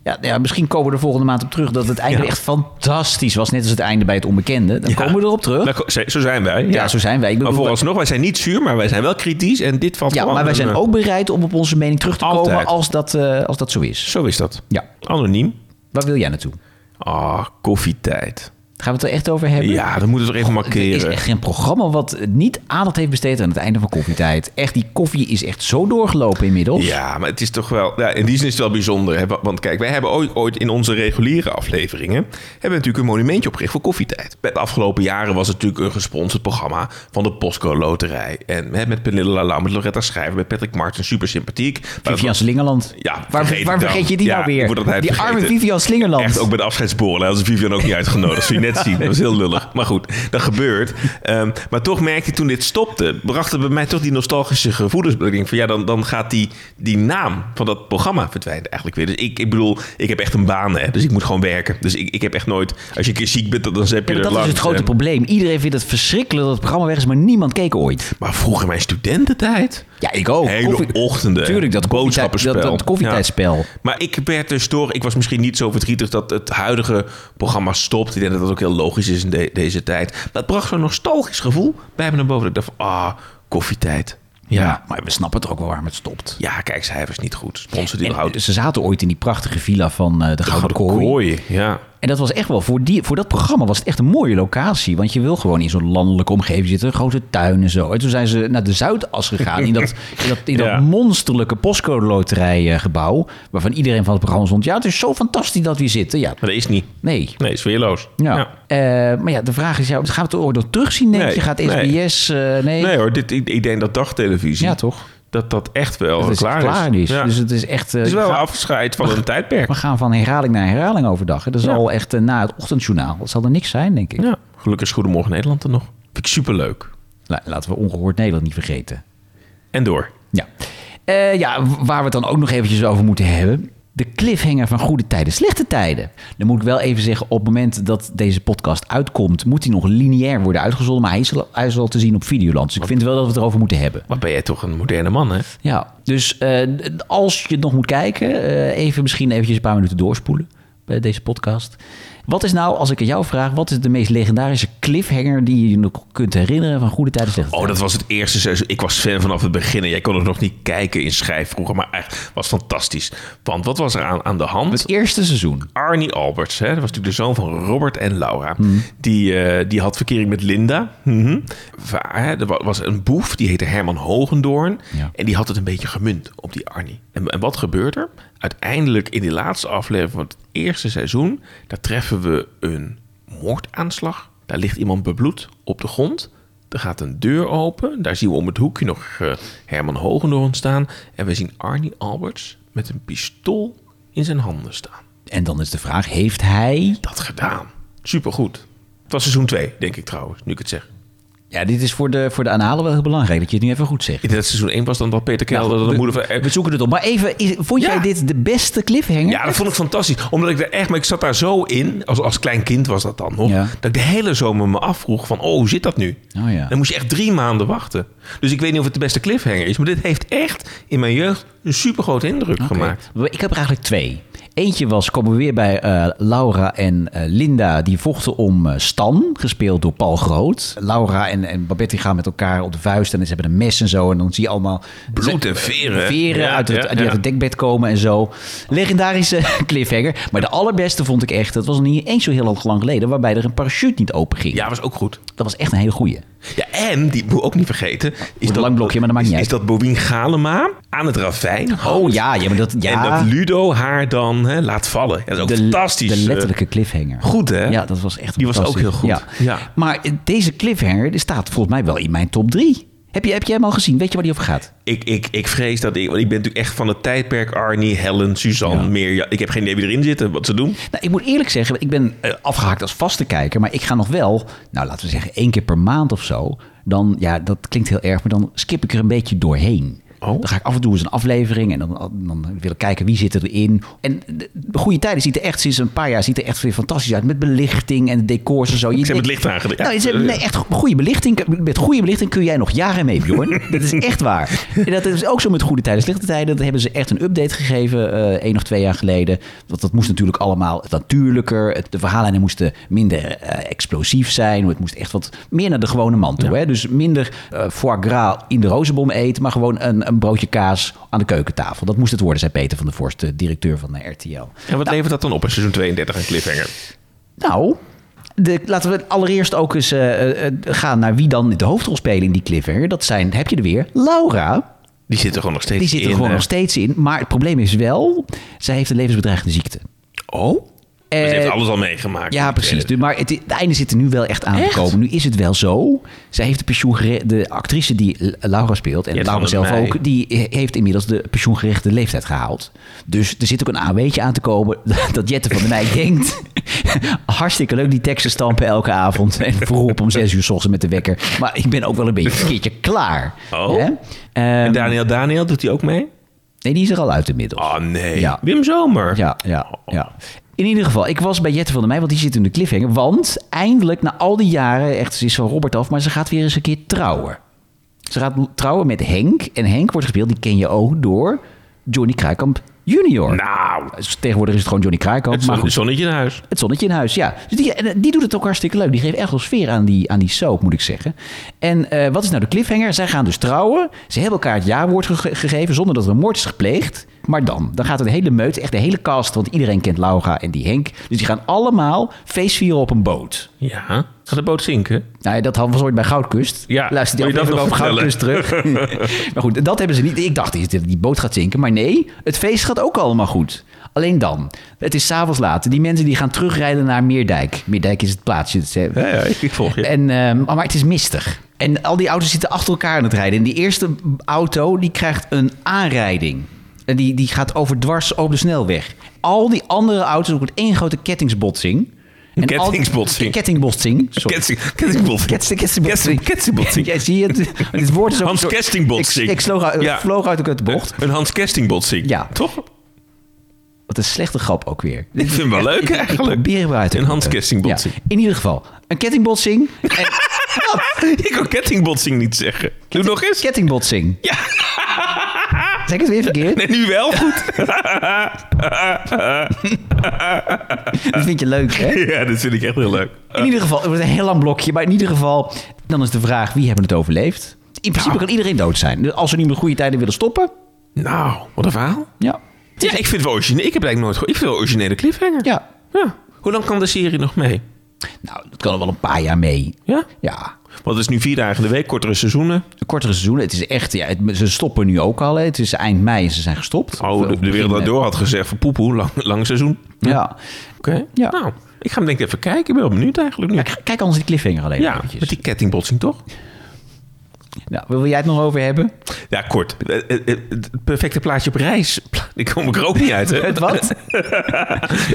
Ja, ja, misschien komen we er volgende maand op terug dat het einde
Ja.
echt fantastisch was. Net als het einde bij het onbekende. Dan komen we erop terug.
Nou, zo- zo zijn wij. Ja,
zo zijn wij. Ik
maar
bedoel,
vooralsnog, wij zijn niet zuur, maar wij zijn wel kritisch. En dit valt
ja,
gewoon
maar wij zijn
een, eh,
ook bereid om op onze mening terug te
Altijd.
komen als dat, eh, als dat zo is.
Zo is dat.
Ja,
Anoniem.
waar wil jij naartoe?
Ah, koffietijd.
Gaan we het er echt over hebben?
Ja, dan moeten we toch even
Er is
markeren.
echt geen programma wat niet aandacht heeft besteed aan het einde van koffietijd. Echt, die koffie is echt zo doorgelopen inmiddels.
Ja, maar het is toch wel... Ja, in die zin is het wel bijzonder. Hè? Want kijk, wij hebben ooit, ooit in onze reguliere afleveringen... hebben we natuurlijk een monumentje opgericht voor koffietijd. De afgelopen jaren was het natuurlijk een gesponsord programma... van de Postco Loterij. En hè, met Pernille Lala, met Loretta Schrijver, met Patrick Martin. Super sympathiek. Maar dat-
Vivian Slingerland.
Ja, vergeet
waar vergeet,
ik
waar
dan.
vergeet je die
Ja,
nou weer?
ik word altijd
die arme
vergeten.
Vivian Slingerland.
Echt ook bij de afscheidsborrel. Als Vivian ook niet uitgenodigd. Zul je net zien. Dat was heel lullig. Maar goed, dat gebeurt. Ehm, maar toch merkte ik toen dit stopte. bracht het bij mij toch die nostalgische gevoelens. Ik denk van ja, dan, dan gaat die, die naam van dat programma verdwijnen eigenlijk weer. Dus ik, ik bedoel, ik heb echt een baan. Hè, dus ik moet gewoon werken. Dus ik, ik heb echt nooit. Als je een keer ziek bent, dan heb je
Ja,
er
maar dat
lang.
is het grote
Ehm,
probleem. Iedereen vindt het verschrikkelijk dat het programma weg is, maar niemand keek ooit.
Maar vroeger in mijn studententijd.
Ja, ik ook.
Hele
Oh, Koffie-
ochtenden.
Tuurlijk, dat koffietijd-
boodschappenspel.
dat, dat koffietijdspel.
Ja. Maar ik werd dus door... Ik was misschien niet zo verdrietig dat het huidige programma stopt. Ik denk dat dat ook heel logisch is in de- deze tijd. Maar het bracht zo'n nostalgisch gevoel bij me naar boven. Ik dacht van, ah, koffietijd.
Ja, maar we snappen het ook wel waarom het stopt.
Ja, kijk, cijfers niet goed. Sponsor die
En
houdt.
ze zaten ooit in die prachtige villa van eh, de, Gouden Kooi.
Ja.
En dat was echt wel, voor, die, voor dat programma was het echt een mooie locatie. Want je wil gewoon in zo'n landelijke omgeving zitten, een grote tuin en zo. En toen zijn ze naar de Zuidas gegaan, in
[laughs]
dat, in dat, in dat
Ja.
monsterlijke postcode loterij eh, gebouw. Waarvan iedereen van het programma stond, ja het is zo fantastisch dat we hier zitten. Ja,
Maar dat is niet.
nee.
Nee, is weerloos.
Ja. Eh, maar ja, de vraag is, ja, gaan we het ooit nog terugzien? Denk
Nee,
je gaat
nee.
SBS, eh, nee.
Nee hoor, dit, ik, ik denk dat dagtelevisie...
Ja, toch?
Dat dat echt wel
dat is
oh, klaar,
echt klaar is.
Ja.
Dus het is echt... eh,
het is wel
we
een
gaan-
afscheid van
[laughs]
een tijdperk.
we gaan van herhaling naar herhaling overdag. hè. Dat is
Ja.
al echt eh, na het ochtendjournaal. Dat zal er niks zijn, denk ik.
Ja, gelukkig is Goedemorgen Nederland er nog. Vind ik superleuk.
La- Laten we ongehoord Nederland niet vergeten.
En door.
Ja. Eh, ja, w- waar we het dan ook nog eventjes over moeten hebben. De cliffhanger van goede tijden, slechte tijden. Dan moet ik wel even zeggen, op het moment dat deze podcast uitkomt... moet hij nog lineair worden uitgezonden. Maar hij is al, hij is al te zien op Videoland. Dus ik vind wel dat we het erover moeten hebben.
Wat ben jij toch een moderne man, hè?
Ja, dus eh, d- als je het nog moet kijken... eh, even misschien eventjes een paar minuten doorspoelen bij deze podcast. Wat is nou, als ik aan jou vraag, wat is de meest legendarische cliffhanger die je je nog kunt herinneren van goede tijden slechte
Oh, dat was het eerste seizoen. Ik was fan vanaf het begin. En jij kon het nog niet kijken in schijf vroeger. Maar echt, was fantastisch. Want wat was er aan, aan de hand?
Het eerste seizoen.
Arnie Alberts, hè, dat was natuurlijk de zoon van Robert en Laura. Die, eh, die had verkering met Linda. Mhm. Va- hè, er wa- was een boef, die heette Herman Hogendoorn.
Ja.
En die had het een beetje gemunt op die Arnie. En, en wat gebeurt er? Uiteindelijk in die laatste aflevering van het eerste seizoen... daar treffen we een moordaanslag. Daar ligt iemand bebloed op de grond. Er gaat een deur open. Daar zien we om het hoekje nog eh, Herman Hogendoorn staan. En we zien Arnie Alberts met een pistool in zijn handen staan
En dan is de vraag, heeft hij...
dat gedaan. Supergoed. Het was seizoen 2, denk ik trouwens, nu ik het zeg.
Ja, dit is voor de, voor de aanhalen wel heel belangrijk, dat je het nu even goed zegt.
In dat seizoen 1 was dan dat Peter Kelder,
Nou,
de
we-
moeder van...
We zoeken het op. Maar even, is- vond
Ja.
jij dit de beste cliffhanger?
Ja, dat vond ik fantastisch. Omdat ik er echt, maar ik zat daar zo in, als, als klein kind was dat dan nog,
Ja.
dat ik de hele zomer me afvroeg van, oh, hoe zit dat nu?
Oh ja.
Dan moest je echt drie maanden wachten. Dus ik weet niet of het de beste cliffhanger is, maar dit heeft echt in mijn jeugd een supergrote indruk
Oké.
gemaakt.
Ik heb er eigenlijk twee. Eentje was, komen we weer bij eh, Laura en eh, Linda. Die vochten om eh, Stan, gespeeld door Paul Groot. Laura en, en Babette die gaan met elkaar op de vuist en ze hebben een mes en zo. En dan zie je allemaal...
Bloed en veren.
Veren
Ja,
uit, het,
ja,
die
ja.
uit het dekbed komen en zo. Legendarische [laughs] cliffhanger. Maar de allerbeste vond ik echt, dat was nog niet eens zo heel lang geleden... waarbij er een parachute niet open ging.
Ja, was ook goed.
Dat was echt een hele goeie.
Ja, en, die moet ik ook niet vergeten... Is
een lang blokje, maar dat maakt
is,
niet
Is dat Bobien Galema aan het ravijn?
Oh ja, ja maar dat... Ja,
En dat Ludo haar dan hè, laat vallen. Ja, dat is ook fantastisch. eh,
De letterlijke cliffhanger.
Goed, hè?
Ja, dat was echt
Die was ook
fantastisch.
heel goed.
Ja.
Ja.
Maar eh, deze cliffhanger die staat volgens mij wel in mijn top 3. Heb, je, heb jij hem al gezien? Weet je waar die over gaat?
Ik, ik, ik vrees dat ik... Want ik ben natuurlijk echt van het tijdperk Arnie, Helen, Suzanne,
Ja.
Mirjam. Ik heb geen idee wie erin zitten, wat ze doen.
Nou, ik moet eerlijk zeggen, ik ben eh, afgehaakt als vaste kijker. Maar ik ga nog wel, nou laten we zeggen één keer per maand of zo. Dan, ja, dat klinkt heel erg, maar dan skip ik er een beetje doorheen.
Oh.
Dan ga ik af en toe eens een aflevering en dan, dan wil ik kijken wie zit erin. En de, de goede tijden ziet er echt sinds een paar jaar ziet er echt weer fantastisch uit. Met belichting en decors en zo. Je
Ze hebben
denkt-
het licht aangedaan. eh,
Nou, ze hebben- nee, echt goede belichting. Met goede belichting kun jij nog jaren mee, Bjorn. dat is echt waar. En dat is ook zo met goede tijden, slechte tijden. Dat hebben ze echt een update gegeven eh één of twee jaar geleden. Want dat moest natuurlijk allemaal natuurlijker. Het- De verhaallijnen moesten minder eh, explosief zijn. Het moest echt wat meer naar de gewone man toe. Hè? Dus minder eh, foie gras in de rozenbom eten, maar gewoon een, een broodje kaas aan de keukentafel. Dat moest het worden, zei Peter van der Vorst, de directeur van eh, RTL.
En wat levert dat dan op in Nou. seizoen 32 een cliffhanger?
Nou, de, laten we allereerst ook eens eh, eh, eh, gaan naar wie dan de hoofdrol spelen in die cliffhanger. Dat zijn, heb je er weer, Laura.
Die zit er gewoon nog steeds
Die zit er
in, eh,
gewoon
hè?
nog steeds in. Maar het probleem is wel, zij heeft een levensbedreigende ziekte.
Oh? Maar ze
Eh,
heeft alles al meegemaakt.
Ja, precies. Dus, maar het, het einde zit er nu wel echt aan te komen. Nu is het wel zo. Zij heeft de pensioen gere- De actrice die L- Laura speelt, en
Ja,
Laura
van
zelf
mij.
ook, die he- heeft inmiddels de pensioengerechte leeftijd gehaald. Dus er zit ook een AW'tje aan te komen [laughs] dat Jette van der Meij denkt. [laughs] Hartstikke leuk, die teksten stampen elke avond. En vroeg op om zes uur 's ochtends met de wekker. Maar ik ben ook wel een beetje een keertje klaar.
Oh.
Hè? Ehm,
En Daniel Daniel, doet hij ook mee?
nee, die is er al uit inmiddels.
Oh, nee.
Ja.
Wim Zomer.
Ja, ja, ja. In ieder geval, ik was bij Jette van der Meij, want die zit in de cliffhanger. Want eindelijk, na al die jaren, echt, ze is van Robert af, maar ze gaat weer eens een keer trouwen. Ze gaat trouwen met Henk. En Henk wordt gespeeld, die ken je ook, door Johnny Kruikamp junior.
Nou,
Dus Tegenwoordig is het gewoon Johnny Kruikamp,
het
maar
zon,
goed.
zonnetje in huis.
Het zonnetje in huis, ja. Dus die, en, eh, die doet het ook hartstikke leuk. Die geeft echt wel sfeer aan die, aan die soap, moet ik zeggen. En eh, wat is nou de cliffhanger? Zij gaan dus trouwen. Ze hebben elkaar het jaarwoord gege- gegeven zonder dat er een moord is gepleegd. Maar dan, dan gaat de hele meute, echt de hele cast, want iedereen kent Laura en die Henk. Dus die gaan allemaal feestvieren op een boot.
Ja. Gaat de boot zinken?
Nou, ja, dat hadden we ooit bij Goudkust.
Ja,
Luister die
wil je dat
aflevering over
nog
Goudkust terug.
[laughs]
maar goed, dat hebben ze niet. Ik dacht, die die boot gaat zinken. Maar nee, het feest gaat ook allemaal goed. Alleen dan. Het is s'avonds laat. Die mensen die gaan terugrijden naar Meerdijk. Meerdijk is het plaatsje. dat ze-
Ja, ja, ik, ik volg je.
en, ehm, maar het is mistig. En al die auto's zitten achter elkaar aan het rijden. En die eerste auto die krijgt een aanrijding. En die, die gaat overdwars over de snelweg. Al die andere auto's wordt één grote kettingsbotsing. En al-
kettingsbotsing.
Kettingbotsing. Sorry.
Ketting- kettingbotsing.
Ketting- kettingbotsing.
Ketting- kettingbotsing.
Ja, zie je het? Dit woord is ook
Hans
zo-
Kestingbotsing.
Ik, ik sloeg uit-
Ja.
vloog uit de bocht.
Een Hans Kestingbotsing.
Ja.
Toch?
Wat een slechte grap ook weer.
Ik vind hem wel leuk
Ik, ik
eigenlijk.
probeer hem uit te
Een Hans
knopen.
Kestingbotsing.
Ja, in ieder geval, een kettingbotsing.
[laughs]
En, Nou,
Ik kan kettingbotsing niet zeggen. Doe nog eens.
kettingbotsing.
Ja.
Zeg zeg het weer verkeerd.
Nee, nu wel goed.
Dat vind je leuk, hè?
[laughs] ja, dat vind ik echt heel leuk.
In ieder geval, het wordt een heel lang blokje. Maar in ieder geval, dan is de vraag wie hebben het overleefd? In principe kan iedereen dood zijn. Dus als ze niet met goede tijden willen stoppen.
Nou, wat een verhaal.
Ja.
Ja, ik vind het wel origineel. Ik heb het eigenlijk nooit gehoord. Ik vind het wel een originele cliffhanger.
Ja.
Ja. Hoe lang kan de serie nog mee?
Nou, dat kan er wel een paar jaar mee.
Ja? Oh,
Ja.
Want het is nu vier dagen in de week, kortere seizoenen.
Een kortere seizoen. Het is echt, ja, het- ze stoppen nu ook al. Hè. Het is eind mei en ze zijn gestopt.
Oh, de, de wereld daardoor had gezegd van poepoe, lang, lang seizoen.
Ja. ja.
Oké.
Ja.
Nou, ik ga hem denk ik even kijken. Ik ben wel benieuwd eigenlijk nu.
Ja, k- Kijk anders die cliffhanger alleen
Ja,
eventjes.
met die kettingbotsing toch?
Nou, wil jij het nog over hebben?
[laughs] Ja, kort. Eh, eh, eh, Het perfecte plaatje op reis. Pla- [laughs] Ik kom ik er ook niet uit, hè? [laughs]
Het wat?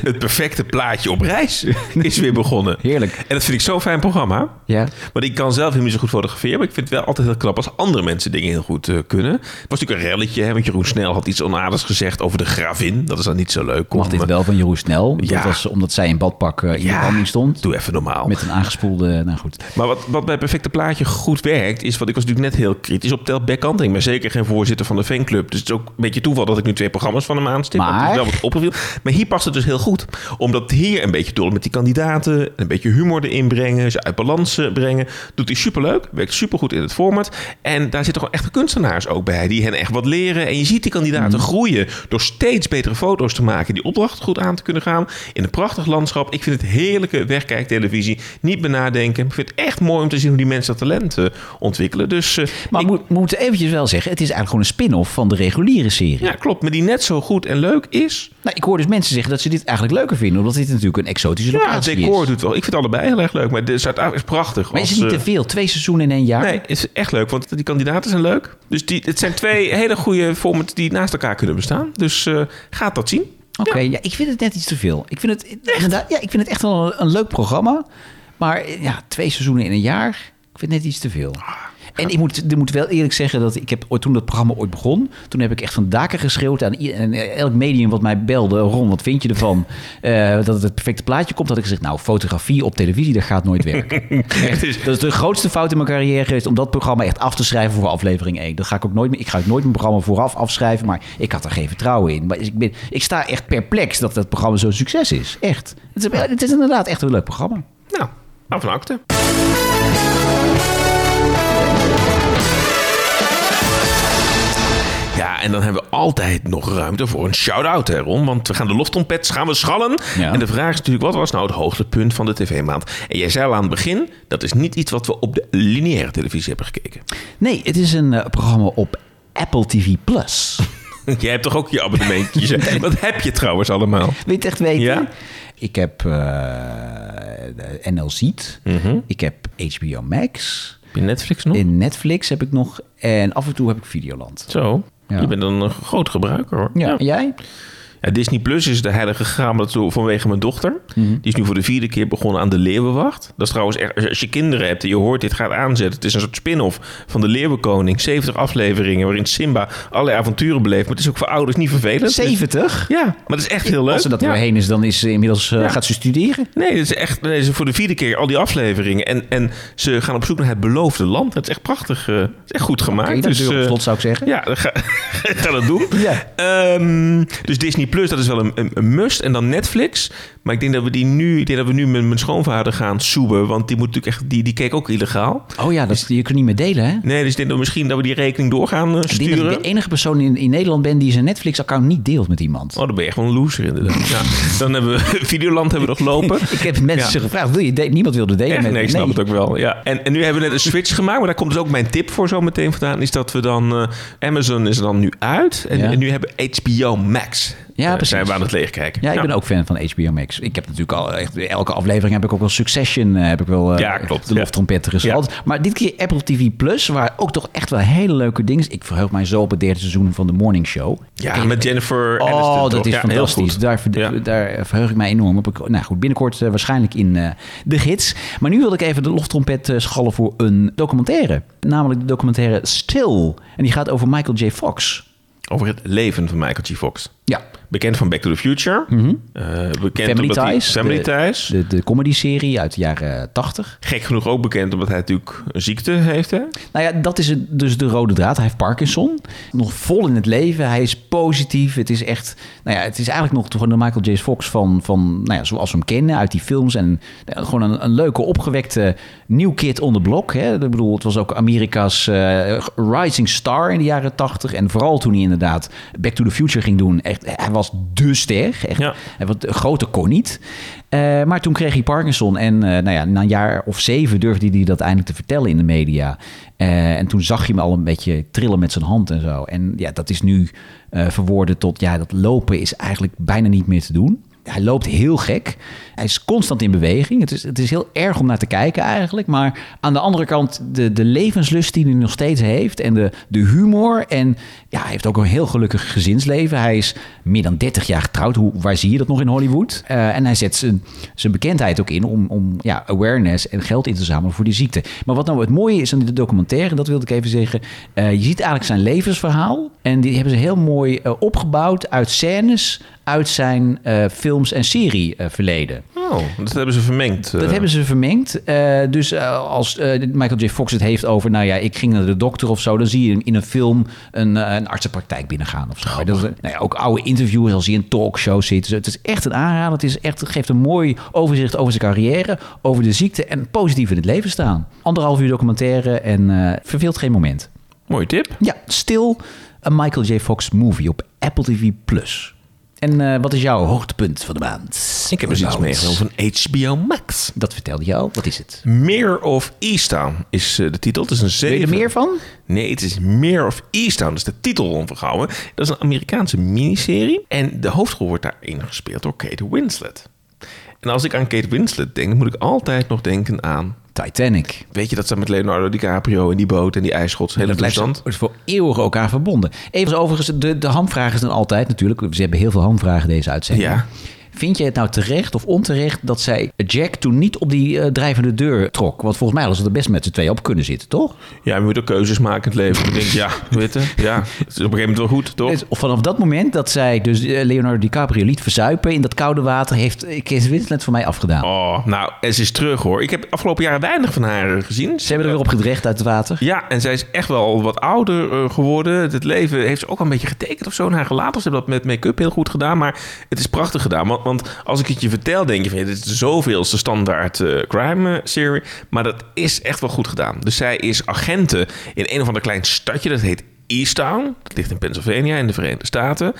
Het perfecte plaatje op reis is weer begonnen.
Heerlijk.
En dat vind ik zo'n fijn programma.
Ja.
Want ik kan zelf helemaal niet zo goed fotograferen. Maar ik vind het wel altijd heel knap als andere mensen dingen heel goed eh, kunnen. Het was natuurlijk een relletje, hè, want Jeroen Snel had iets onaardigs gezegd over de gravin. Dat is dan niet zo leuk.
Mag
om,
dit
eh,
wel van Jeroen Snel? Dat
Ja.
was omdat zij in badpak eh, in de
Ja.
branding stond.
Doe even normaal.
Met een aangespoelde... Nou goed.
Maar wat, wat bij Perfecte Plaatje goed werkt, is wat ik was natuurlijk net heel kritisch op Tel Bekkant. Ik ben zeker geen voorzitter van de fanclub. Dus het is ook een beetje toeval dat ik nu twee programma's van hem aanstip.
Maar-
want het is wel wat opgeviel. Maar hier past het dus heel goed. Omdat hier een beetje door met die kandidaten, een beetje humor erin brengen, ze uit balans eh, brengen. Doet hij superleuk, werkt supergoed in het format. En daar zitten gewoon echte kunstenaars ook bij, die hen echt wat leren. En je ziet die kandidaten
Mhm.
groeien door steeds betere foto's te maken, die opdracht goed aan te kunnen gaan. In een prachtig landschap. Ik vind het heerlijke wegkijktelevisie. Niet benadenken. Ik vind het echt mooi om te zien hoe die mensen dat talent eh, ontwikkelen. Dus eh,
Maar we moet- we moeten eventjes wel zeggen, het is eigenlijk gewoon een spin-off van de reguliere serie.
ja, klopt. Maar die net zo goed en leuk is.
Nou, ik hoor dus mensen zeggen dat ze dit eigenlijk leuker vinden, omdat dit natuurlijk een exotische
Ja, het
locatie
decor
is.
doet wel. Ik vind het allebei heel erg leuk. Maar de Zuid-Afrika is prachtig.
Maar is het
Als,
niet te
eh,
veel? Twee seizoenen in één jaar?
Nee, het is echt leuk, want die kandidaten zijn leuk. Dus die, het zijn twee hele goede formats die naast elkaar kunnen bestaan. Dus eh gaat dat zien.
Oké, ja. ik vind het net iets te veel. Ik vind het, inderdaad, ja, ik vind het echt wel een, een leuk programma. Maar eh, ja, twee seizoenen in een jaar, ik vind het net iets te veel. En ik moet, ik moet wel eerlijk zeggen dat ik heb ooit, toen dat programma ooit begon, toen heb ik echt van daken geschreeuwd aan i- en elk medium wat mij belde. Ron, wat vind je ervan? [laughs] Eh, dat het het perfecte plaatje komt. Had ik gezegd, nou, fotografie op televisie, dat gaat nooit werken.
[laughs] Het is-
[laughs] Dat is de grootste fout in mijn carrière geweest om dat programma echt af te schrijven voor aflevering 1. Dat ga ik ook nooit meer. Ik ga ook nooit mijn programma vooraf afschrijven, maar ik had er geen vertrouwen in. Maar ik, ben, ik sta echt perplex dat dat programma zo'n succes is. Echt. Het is, het is inderdaad echt een leuk programma.
Nou, af van akte. Ja, en dan hebben we altijd nog ruimte voor een shout-out erom. Want we gaan de loftrompets gaan we schallen.
Ja.
En de vraag is natuurlijk, wat was nou het hoogtepunt van de tv-maand? En jij zei al aan het begin, dat is niet iets wat we op de lineaire televisie hebben gekeken. [laughs]
Nee, het is een eh, programma op Apple TV
[laughs]
Plus.
Jij hebt toch ook je
[laughs]
abonnementjes? hè? Wat heb je trouwens allemaal?
Wil je het echt weten?
Ja.
Ik heb eh, de NL Ziet.
Mhm.
Ik heb HBO Max.
Heb je Netflix nog?
In Netflix heb ik nog. En af en toe heb ik Videoland.
Zo,
Ja.
je bent dan een eh, groot gebruiker hoor.
Ja. En jij?
Ja, Disney Plus is de heilige graal maar dat is vanwege mijn dochter.
Mhm.
Die is nu voor de vierde keer begonnen aan de Leeuwenwacht. Dat is trouwens echt, als- als je kinderen hebt en je hoort dit gaat aanzetten. Het is een soort spin-off van de Leeuwenkoning. 70 afleveringen waarin Simba allerlei avonturen beleeft. Maar het is ook voor ouders niet vervelend. Dus-
70?
Ja, maar het is echt heel leuk.
Als ze dat
ja.
doorheen is, dan is ze inmiddels eh,
Ja.
gaat ze studeren.
Nee, het is echt nee, ze voor de vierde keer al die afleveringen. En, en ze gaan op zoek naar het beloofde land. Het is echt prachtig. eh, het is echt goed gemaakt.
Oké, dat
dus,
deur op
eh,
slot, zou ik zeggen.
Ja, dan ga, [laughs] ga dat doen.
Ja.
Ehm, dus Disney Plus, dat is wel een, een, een must. En dan Netflix. Maar ik denk dat we die nu, ik denk dat we nu met mijn schoonvader gaan soepen. Want die, moet natuurlijk echt, die, die keek ook illegaal.
Oh ja, dat, is- je kunt niet meer delen, hè?
Nee, dus ik denk dat we misschien dat we die rekening door gaan eh,
Ik denk dat ik
sturen.
de enige persoon in, in Nederland ben die zijn Netflix-account niet deelt met iemand.
Oh, dan ben je echt wel een loser inderdaad.
[laughs]
Ja. Dan hebben we [laughs] Videoland hebben we nog lopen.
Ik heb [laughs] mensen gevraagd, wil je de- niemand wilde delen
Echt?
met
Nee, ik snap het ook wel. Ja. En, en nu hebben we net een switch gemaakt. Maar daar komt dus ook mijn tip voor zo meteen vandaan. Is dat we dan... eh, Amazon is er dan nu uit. En,
Ja.
en nu hebben we HBO Max.
Ja,
Eh,
precies.
Zijn we aan het leegkijken.
Ja, ik ben ook fan van HBO Max. Ik heb natuurlijk al echt, elke aflevering heb ik ook wel Succession, eh, heb ik wel eh,
Ja, klopt.
de
Ja.
loftrompet geschald. Maar dit keer Apple TV Plus, waar ook toch echt wel hele leuke dingen. Ik verheug mij zo op het derde seizoen van The Morning Show.
Ja,
Ken je-
met Jennifer Aniston.
Oh,
toch?
dat is
Ja, heel
fantastisch.
goed.
Daar, ver-
Ja.
daar verheug ik mij enorm op. Ik- Nou goed, binnenkort eh, waarschijnlijk in eh, de gids. Maar nu wil ik even de loftrompet eh, schallen voor een documentaire. Namelijk de documentaire Still. En die gaat over Michael J. Fox.
Over het leven van Michael G. Fox.
Ja.
Bekend van Back to the Future. Eh, bekend
Mhm. Family
omdat hij-
Ties.
Family
de,
Ties.
De, de comedy-serie uit de jaren tachtig.
Gek genoeg ook bekend omdat hij natuurlijk een ziekte heeft. Hè?
Nou ja, dat is het- dus de rode draad. Hij heeft Parkinson. Nog vol in het leven. Hij is positief. Het is echt... Nou ja, het is eigenlijk nog gewoon de Michael J. Fox van, van nou ja, zoals we hem kennen uit die films. En eh, gewoon een, een leuke, opgewekte nieuw kid on the block. Hè? Ik bedoel, het was ook Amerika's eh, rising star in de jaren tachtig. En vooral toen hij inderdaad Back to the Future ging doen. Echt, hij was dé ster. Echt,
Ja.
Hij was Eh, grote kon niet. Eh, maar toen kreeg hij Parkinson. En eh, nou ja, na een jaar of zeven durfde hij dat eindelijk te vertellen in de media. Eh, en toen zag je hem al een beetje trillen met zijn hand en zo. En ja, dat is nu eh verwoorden tot... Ja, dat lopen is eigenlijk bijna niet meer te doen. Hij loopt heel gek. Hij is constant in beweging. Het is, het is heel erg om naar te kijken eigenlijk. Maar aan de andere kant, de, de levenslust die hij nog steeds heeft. En de, de humor. En ja, hij heeft ook een heel gelukkig gezinsleven. Hij is meer dan 30 jaar getrouwd. Hoe, waar zie je dat nog in Hollywood? Eh, en hij zet zijn, zijn bekendheid ook in om, om ja, awareness en geld in te zamelen voor die ziekte. Maar wat nou het mooie is aan de documentaire, en dat wilde ik even zeggen. eh, je ziet eigenlijk zijn levensverhaal. En die hebben ze heel mooi eh, opgebouwd uit scènes uit zijn eh, films en serie eh, verleden.
Oh, dat hebben ze vermengd.
Dat hebben ze vermengd. Eh, dus eh, als eh, Michael J. Fox het heeft over, nou ja, ik ging naar de dokter of zo, dan zie je hem in een film een, eh, een artsenpraktijk binnengaan of zo. Dat, is, eh, nou ja, ook oude interviews als hij in talkshows zit. Dus het is echt een aanrader. Het, is echt, het geeft een mooi overzicht over zijn carrière, over de ziekte en positief in het leven staan. Anderhalf uur documentaire en eh, verveelt geen moment.
Mooie tip.
Ja, stil een Michael J. Fox movie op Apple TV+. En eh, wat is jouw hoogtepunt van de maand?
Ik heb dus iets meegenomen van HBO Max.
Dat vertelde je al. Wat is het?
Mirror of Easttown is eh, de titel. Het is een
Wil
zeven.
je er meer van?
Nee, het is Mirror of Easttown. Dat is de titel onverhouden. Dat is een Amerikaanse miniserie. En de hoofdrol wordt daarin gespeeld door Kate Winslet. En als ik aan Kate Winslet denk, dan moet ik altijd nog denken aan...
Titanic.
Weet je dat ze met Leonardo DiCaprio in die boot en die ijsschots... Hele
Dat blijft
toestand.
voor eeuwig elkaar verbonden. Even overigens, de, de hamvraag is dan altijd natuurlijk... Ze hebben heel veel hamvragen deze uitzending.
Ja.
Vind je het nou terecht of onterecht dat zij Jack toen niet op die eh, drijvende deur trok? Want volgens mij hadden ze er best met z'n tweeën op kunnen zitten, toch?
Ja, je moet ook keuzes maken in het leven. Ik denk, [laughs] ja, weet je, ja, het is op een gegeven moment wel goed, toch?
Dus vanaf dat moment dat zij dus eh, Leonardo DiCaprio liet verzuipen in dat koude water... heeft eh, Kate Winslet voor mij afgedaan.
Oh, nou, en ze is terug hoor. Ik heb afgelopen jaren weinig van haar eh, gezien.
Ze hebben er weer op gedreigd uit het water.
Ja, en zij is echt wel wat ouder eh, geworden. Het leven heeft ze ook al een beetje getekend of zo in haar gelaat. Ze hebben dat met make-up heel goed gedaan. Maar het is prachtig gedaan. Want, want als ik het je vertel, denk je van... ja, dit is de zoveelste standaard eh, crime eh, serie. Maar dat is echt wel goed gedaan. Dus zij is agenten in een of ander klein stadje. Dat heet Easttown. Dat ligt in Pennsylvania in de Verenigde Staten.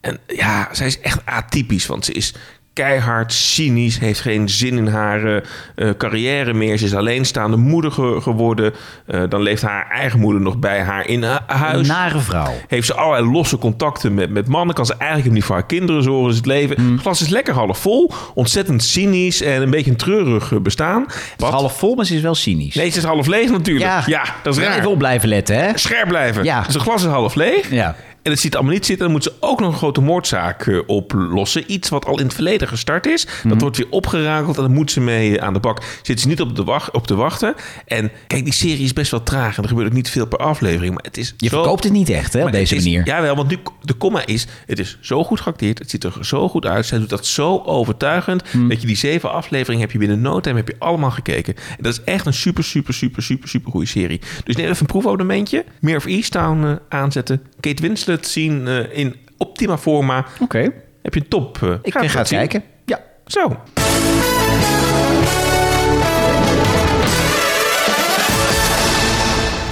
En ja, zij is echt atypisch. Want ze is keihard, cynisch, heeft geen zin in haar eh, eh, carrière meer. Ze is alleenstaande moeder ge- geworden. Eh, dan leeft haar eigen moeder nog bij haar in hu-
Een
huis.
nare vrouw.
heeft ze allerlei losse contacten met, met mannen. Kan ze eigenlijk niet voor haar kinderen zorgen. Dus het leven.
Mm.
Het glas is lekker half vol. Ontzettend cynisch en een beetje een treurig eh, bestaan. Wat?
Half vol, maar ze is wel cynisch.
Nee, ze is half leeg natuurlijk. Ja, dat is
Wel
raar.
Even op blijven letten, hè?
Scherp blijven.
Ja.
Dus een glas is half leeg.
Ja.
En dat ziet allemaal niet zitten. Dan moet ze ook nog een grote moordzaak eh, oplossen. Iets wat al in het verleden gestart is. Dat wordt weer opgerakeld en dan moet ze mee eh, aan de bak. Zit ze niet op, de wacht, op te wachten. En kijk, die serie is best wel traag. En er gebeurt ook niet veel per aflevering. Maar het is
Je
zo...
verkoopt het niet echt, hè, op
maar
deze
het is-
manier.
Jawel, want nu de comma is... het is zo goed geacteerd, het ziet er zo goed uit. Zij doet dat zo overtuigend...
Hmm.
dat je die zeven afleveringen heb je binnen no time heb je allemaal gekeken. En dat is echt een super, super, super, super, super goede serie. Dus neem even een proefabonnementje. Meer of Easttown eh, aanzetten. Kate Winslet zien eh, in optima forma.
Oké.
Heb je een top. eh,
Ik
ga
ga,
het
het
zien.
kijken. Ja.
Zo.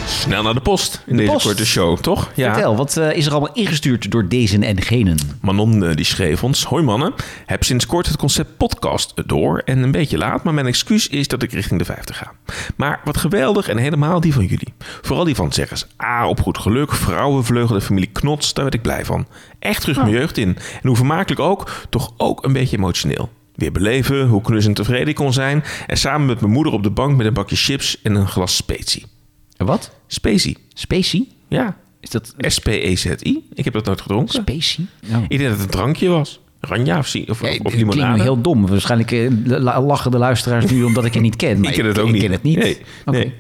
Snel naar de post in deze
post.
korte show, toch? Ja.
Vertel, wat eh, is er allemaal ingestuurd door deze en genen?
Manon eh, die schreef ons: Hoi mannen, heb sinds kort het concept podcast door en een beetje laat, maar mijn excuus is dat ik richting de 50 ga. Maar wat geweldig en helemaal die van jullie. Vooral die van Zeggers A op goed geluk, vrouwenvleugel de familie Knots, daar werd ik blij van. Echt terug mijn jeugd in. En hoe vermakelijk ook, toch ook een beetje emotioneel. Weer beleven hoe knus en tevreden ik kon zijn en samen met mijn moeder op de bank met een bakje chips en een glas specie.
Wat?
Specie,
Specie?
ja.
Is dat
S-P-E-Z-I. Ik heb dat nooit gedronken.
specie? Ja.
Ik denk dat het een drankje was. Ranja of, si- of, of, of
Nee, het klinkt me
limonade.
heel dom. Waarschijnlijk eh, la- lachen de luisteraars nu omdat ik het niet ken.
[laughs]
Maar
Ik ken het ook niet.
Ik ken het niet.
Nee,
Oké.
nee.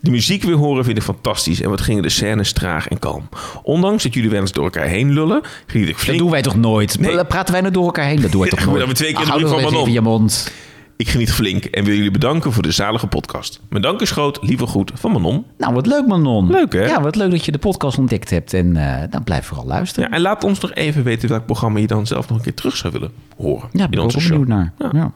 De muziek weer horen vind ik fantastisch. En wat gingen de scènes traag en kalm. Ondanks dat jullie wel eens door elkaar heen lullen, ging ik
Dat
flink.
doen wij toch nooit?
Nee.
Praten wij nou door elkaar heen? Dat doen wij
[laughs]
toch
Ja, maar
nooit? Ah,
dan twee keer
Ach,
de
hou
druk van
toch even
man
in je mond.
Ik geniet flink en wil jullie bedanken voor de zalige podcast. Mijn dank is groot, lieve groet van Manon.
Nou, wat leuk Manon.
Leuk, hè?
Ja, wat leuk dat je de podcast ontdekt hebt. En eh, dan blijf vooral luisteren.
Ja, en laat ons nog even weten welk programma je dan zelf nog een keer terug zou willen horen.
Ja, ben
in
ik ook
onze
wel
show.
benieuwd naar.
Ja.
Ja.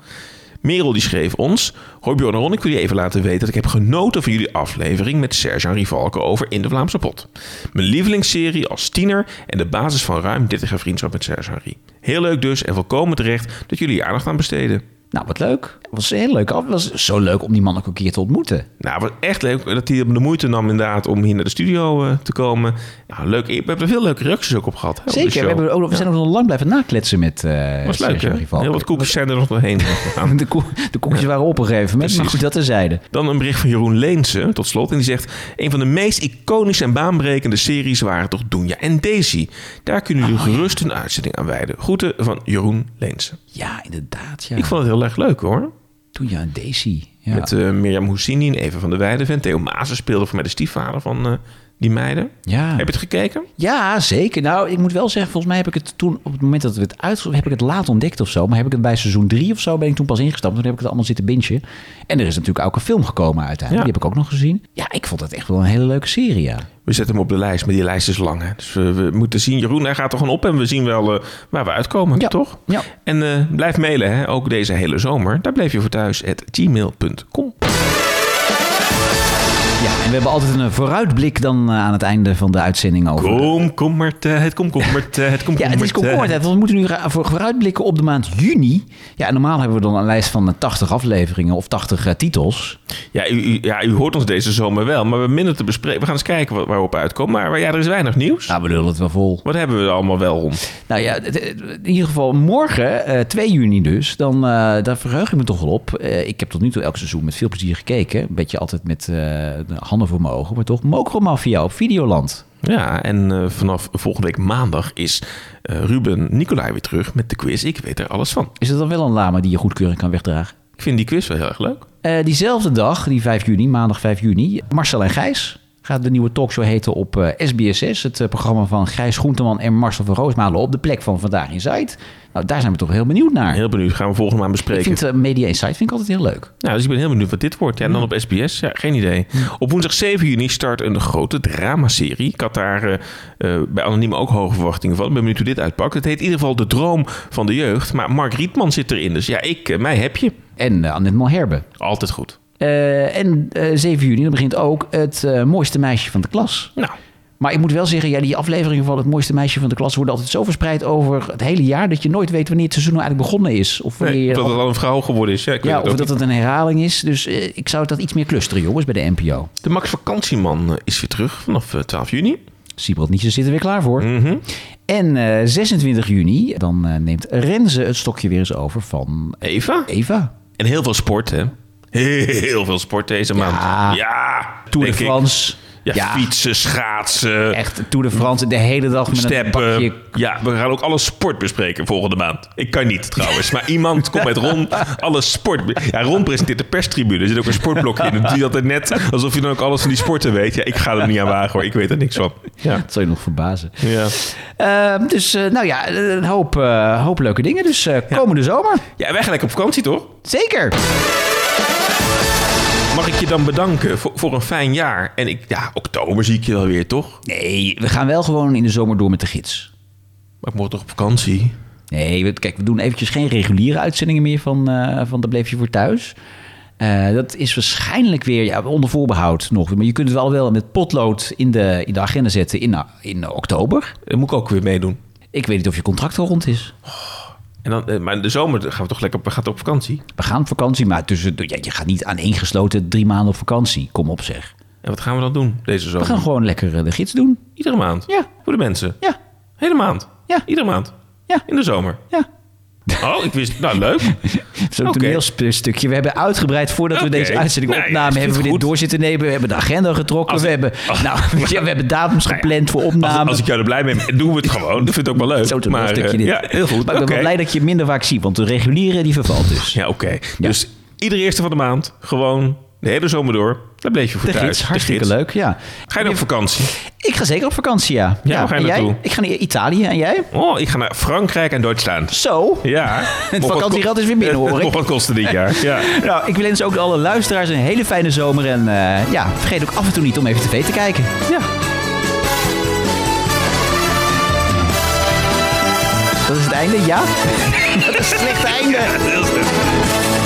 Merel die schreef ons... Hoi Bjorn en Ron, ik wil je even laten weten dat ik heb genoten van jullie aflevering met Serge-Henri Valken over In de Vlaamse Pot. Mijn lievelingsserie als tiener en de basis van ruim 30 jaar vriendschap met Serge-Henri. Heel leuk dus en volkomen terecht dat jullie hier aandacht aan besteden.
Nou, wat leuk. Het was heel leuk. Het was zo leuk om die man ook een keer te ontmoeten.
Nou, wat echt leuk dat hij de moeite nam inderdaad om hier naar de studio eh, te komen. Nou, leuk. We hebben er veel leuke reacties ook op gehad. hè, op de
Zeker.
show.
We, hebben ook, we zijn ook nog lang blijven nakletsen met
Dat
eh
was leuk,
Serge
hè?
Rivalk.
Heel wat koekjes zijn er nog doorheen gegaan.
[laughs] De, koe, de koekjes waren op een gegeven moment, maar
Precies.
goed, dat terzijde.
Dan een bericht van Jeroen Leense, tot slot. En die zegt... Een van de meest iconische en baanbrekende series waren toch Doenja en Daisy. Daar kunnen
Ah,
jullie gerust een uitzending aan wijden. Groeten van Jeroen Leense.
Ja, inderdaad. Ja.
Ik vond het heel erg leuk, hoor.
Toen ja, Daisy. Ja.
Met eh, Mirjam Houssini en Eva van der Weijden. Theo Maassen speelde voor mij de stiefvader van eh, die meiden.
Ja.
Heb je het gekeken?
ja, zeker. Nou, ik moet wel zeggen, volgens mij heb ik het toen, op het moment dat we het uitgezonden, heb ik het laat ontdekt of zo. Maar heb ik het bij seizoen drie of zo, ben ik toen pas ingestapt. Toen heb ik het allemaal zitten bingen. En er is natuurlijk ook een film gekomen uiteindelijk.
Ja.
Die heb ik ook nog gezien. Ja, ik vond het echt wel een hele leuke serie, ja.
We zetten hem op de lijst, maar die lijst is lang. Hè? Dus we, we moeten zien, Jeroen, hij gaat er gewoon op en we zien wel eh, waar we uitkomen,
Ja,
toch?
ja.
En eh, blijf mailen, hè? ook deze hele zomer. Daar bleef je voor thuis, at gmail.com.
Ja, en we hebben altijd een vooruitblik dan eh, aan het einde van de uitzending over...
Kom, kom maar, het kom, kom maar, het kom,
Ja, het is komkommertijd, want we moeten nu ra- voor- vooruitblikken op de maand juni. Ja, en normaal hebben we dan een lijst van eh, 80 afleveringen of 80 eh, titels.
Ja, u, u- ja, u hoort ons deze zomer wel, maar we hebben minder te bespreken. We gaan eens kijken wat, waar we op uitkomen. Maar, maar ja, er is weinig nieuws.
Nou, we lullen het wel vol.
Wat hebben we er allemaal wel rond?
Nou ja, het- het- in ieder geval morgen, eh, 2 juni dus, dan, eh, daar verheug ik me toch wel op. Eh, ik heb tot nu toe elk seizoen met veel plezier gekeken. Een beetje altijd met eh, de handen voor mijn ogen, maar toch Mokromafia op Videoland.
Ja, en eh, vanaf volgende week maandag is eh, Ruben Nicolai weer terug met de quiz. Ik weet er alles van.
Is dat dan wel een lama die je goedkeuring kan wegdragen?
Ik vind die quiz wel heel erg leuk.
Eh, diezelfde dag, die 5 juni, maandag 5 juni, Marcel en Gijs gaat de nieuwe talkshow heten op eh, SBSS. Het eh, programma van Gijs Groenteman en Marcel van Roosmalen op de plek van Vandaag in Zuid. Nou, daar zijn we toch heel benieuwd naar.
Heel benieuwd, gaan we volgende maand
ik
bespreken.
vind eh, Media Insight vind ik altijd heel leuk.
Nou, dus ik ben heel benieuwd wat dit wordt. Ja, en
Hmm.
dan op SBS? Ja, geen idee. Op woensdag 7 juni start een grote dramaserie. Ik had daar eh, eh, bij Anoniem ook hoge verwachtingen van. Ik ben benieuwd hoe dit uitpakt. Het heet in ieder geval De Droom van de Jeugd. Maar Mark Rietman zit erin. Dus ja, ik, eh, mij heb je.
En eh, Annette Malherbe.
Altijd goed.
Eh, en eh, 7 juni, dan begint ook het eh, mooiste meisje van de klas.
Nou,
Maar ik moet wel zeggen, ja, die afleveringen van het mooiste meisje van de klas worden altijd zo verspreid over het hele jaar dat je nooit weet wanneer het seizoen nou eigenlijk begonnen is. Of wanneer
nee,
je
dat het al een vrouw geworden is. Ja, ik weet
eh, Ja,
het
of
ook
dat
niet.
het een herhaling is. Dus eh, ik zou dat iets meer clusteren, jongens, bij de NPO.
De Max Vakantieman eh, is weer terug vanaf eh, 12 juni.
Sibrand Nietzsche zit er weer klaar voor.
Mhm.
En eh, 26 juni, dan eh, neemt Renze het stokje weer eens over van
Eva.
Eva.
En heel veel sport, hè? Heel veel sport deze maand. Ja,
Tour de
denk ik.
France.
Ja, fietsen, schaatsen.
echt Tour de France de hele dag met een
Steppen.
pakje.
ehm, Ja, we gaan ook alle sport bespreken volgende maand. Ik kan niet trouwens, maar iemand komt met Ron. Alle sport. Ja, Ron presenteert de perstribune. Er zit ook een sportblokje in. Die dat net alsof je dan ook alles van die sporten weet. Ja, ik ga er niet aan wagen hoor. Ik weet er niks van. Ja.
Dat zou je nog verbazen.
Ja.
Eh, dus eh, nou ja, een hoop, eh, hoop leuke dingen. Dus eh, komende zomer.
ja, wij gaan lekker op vakantie toch?
Zeker.
Mag ik je dan bedanken voor, voor een fijn jaar? En ik, ja, oktober zie ik je wel weer toch?
Nee, we gaan wel gewoon in de zomer door met de gids.
Maar ik moet toch op vakantie?
Nee, we- kijk, we doen eventjes geen reguliere uitzendingen meer van, eh van Dat Bleef Je Voor Thuis. Eh, dat is waarschijnlijk weer ja, onder voorbehoud nog. Maar je kunt het wel wel met potlood in de, in de agenda zetten in, in oktober.
Dat moet ik ook weer meedoen.
Ik weet niet of je contract al rond is.
En dan, eh, maar in de zomer gaan we toch lekker op, we gaan toch op vakantie?
We gaan op vakantie, maar tussen, ja, je gaat niet aan één gesloten drie maanden op vakantie. Kom op zeg.
En wat gaan we dan doen deze
We
zomer?
gaan gewoon lekker eh, de gids doen.
Iedere maand?
Ja.
Voor de mensen?
Ja,
Hele maand?
Ja.
Iedere maand?
Ja.
In de zomer?
ja.
Oh, ik wist... Nou,
[laughs]
leuk.
Zo'n
Oké.
toneelstukje. We hebben uitgebreid voordat
Oké.
we deze uitzending
Nee, ik
opnamen,
vind
hebben we
het
dit
goed.
door zitten nemen. We hebben de agenda getrokken.
Als- Oh. Nou
we, hebben, nou, [laughs] weet je, we hebben datums gepland voor
Als,
opname.
als ik jou er blij mee ben, doen we het gewoon. Dat vind ik ook wel leuk.
Zo'n
maar, eh,
toneelstukje dit.
Ja, heel goed.
Maar ik ben
Oké.
wel blij dat je minder vaak ziet, want de reguliere die vervalt dus.
Ja, oké. Dus iedere eerste van de maand gewoon de hele zomer door. Daar bleef je voor
De
thuis.
gids, hartstikke
gids.
leuk, ja.
Ga je dan op vakantie?
Ik ga zeker op vakantie, ja.
Ja, waar ga je
en jij?
naartoe?
Ik ga naar Italië en jij?
Oh, ik ga naar Frankrijk en
[laughs]
Duitsland.
Zo.
Ja.
Het
Mocht wat
vakantierad
ko-
is weer
[laughs]
binnen, hoor ik.
Mocht wat kosten dit jaar. Ja.
Nou, ik wens ook alle luisteraars een hele fijne zomer. En eh, ja, vergeet ook af en toe niet om even tv te kijken. Ja. [laughs] Dat is het einde, ja? Dat is het slechte einde.
Heel slecht.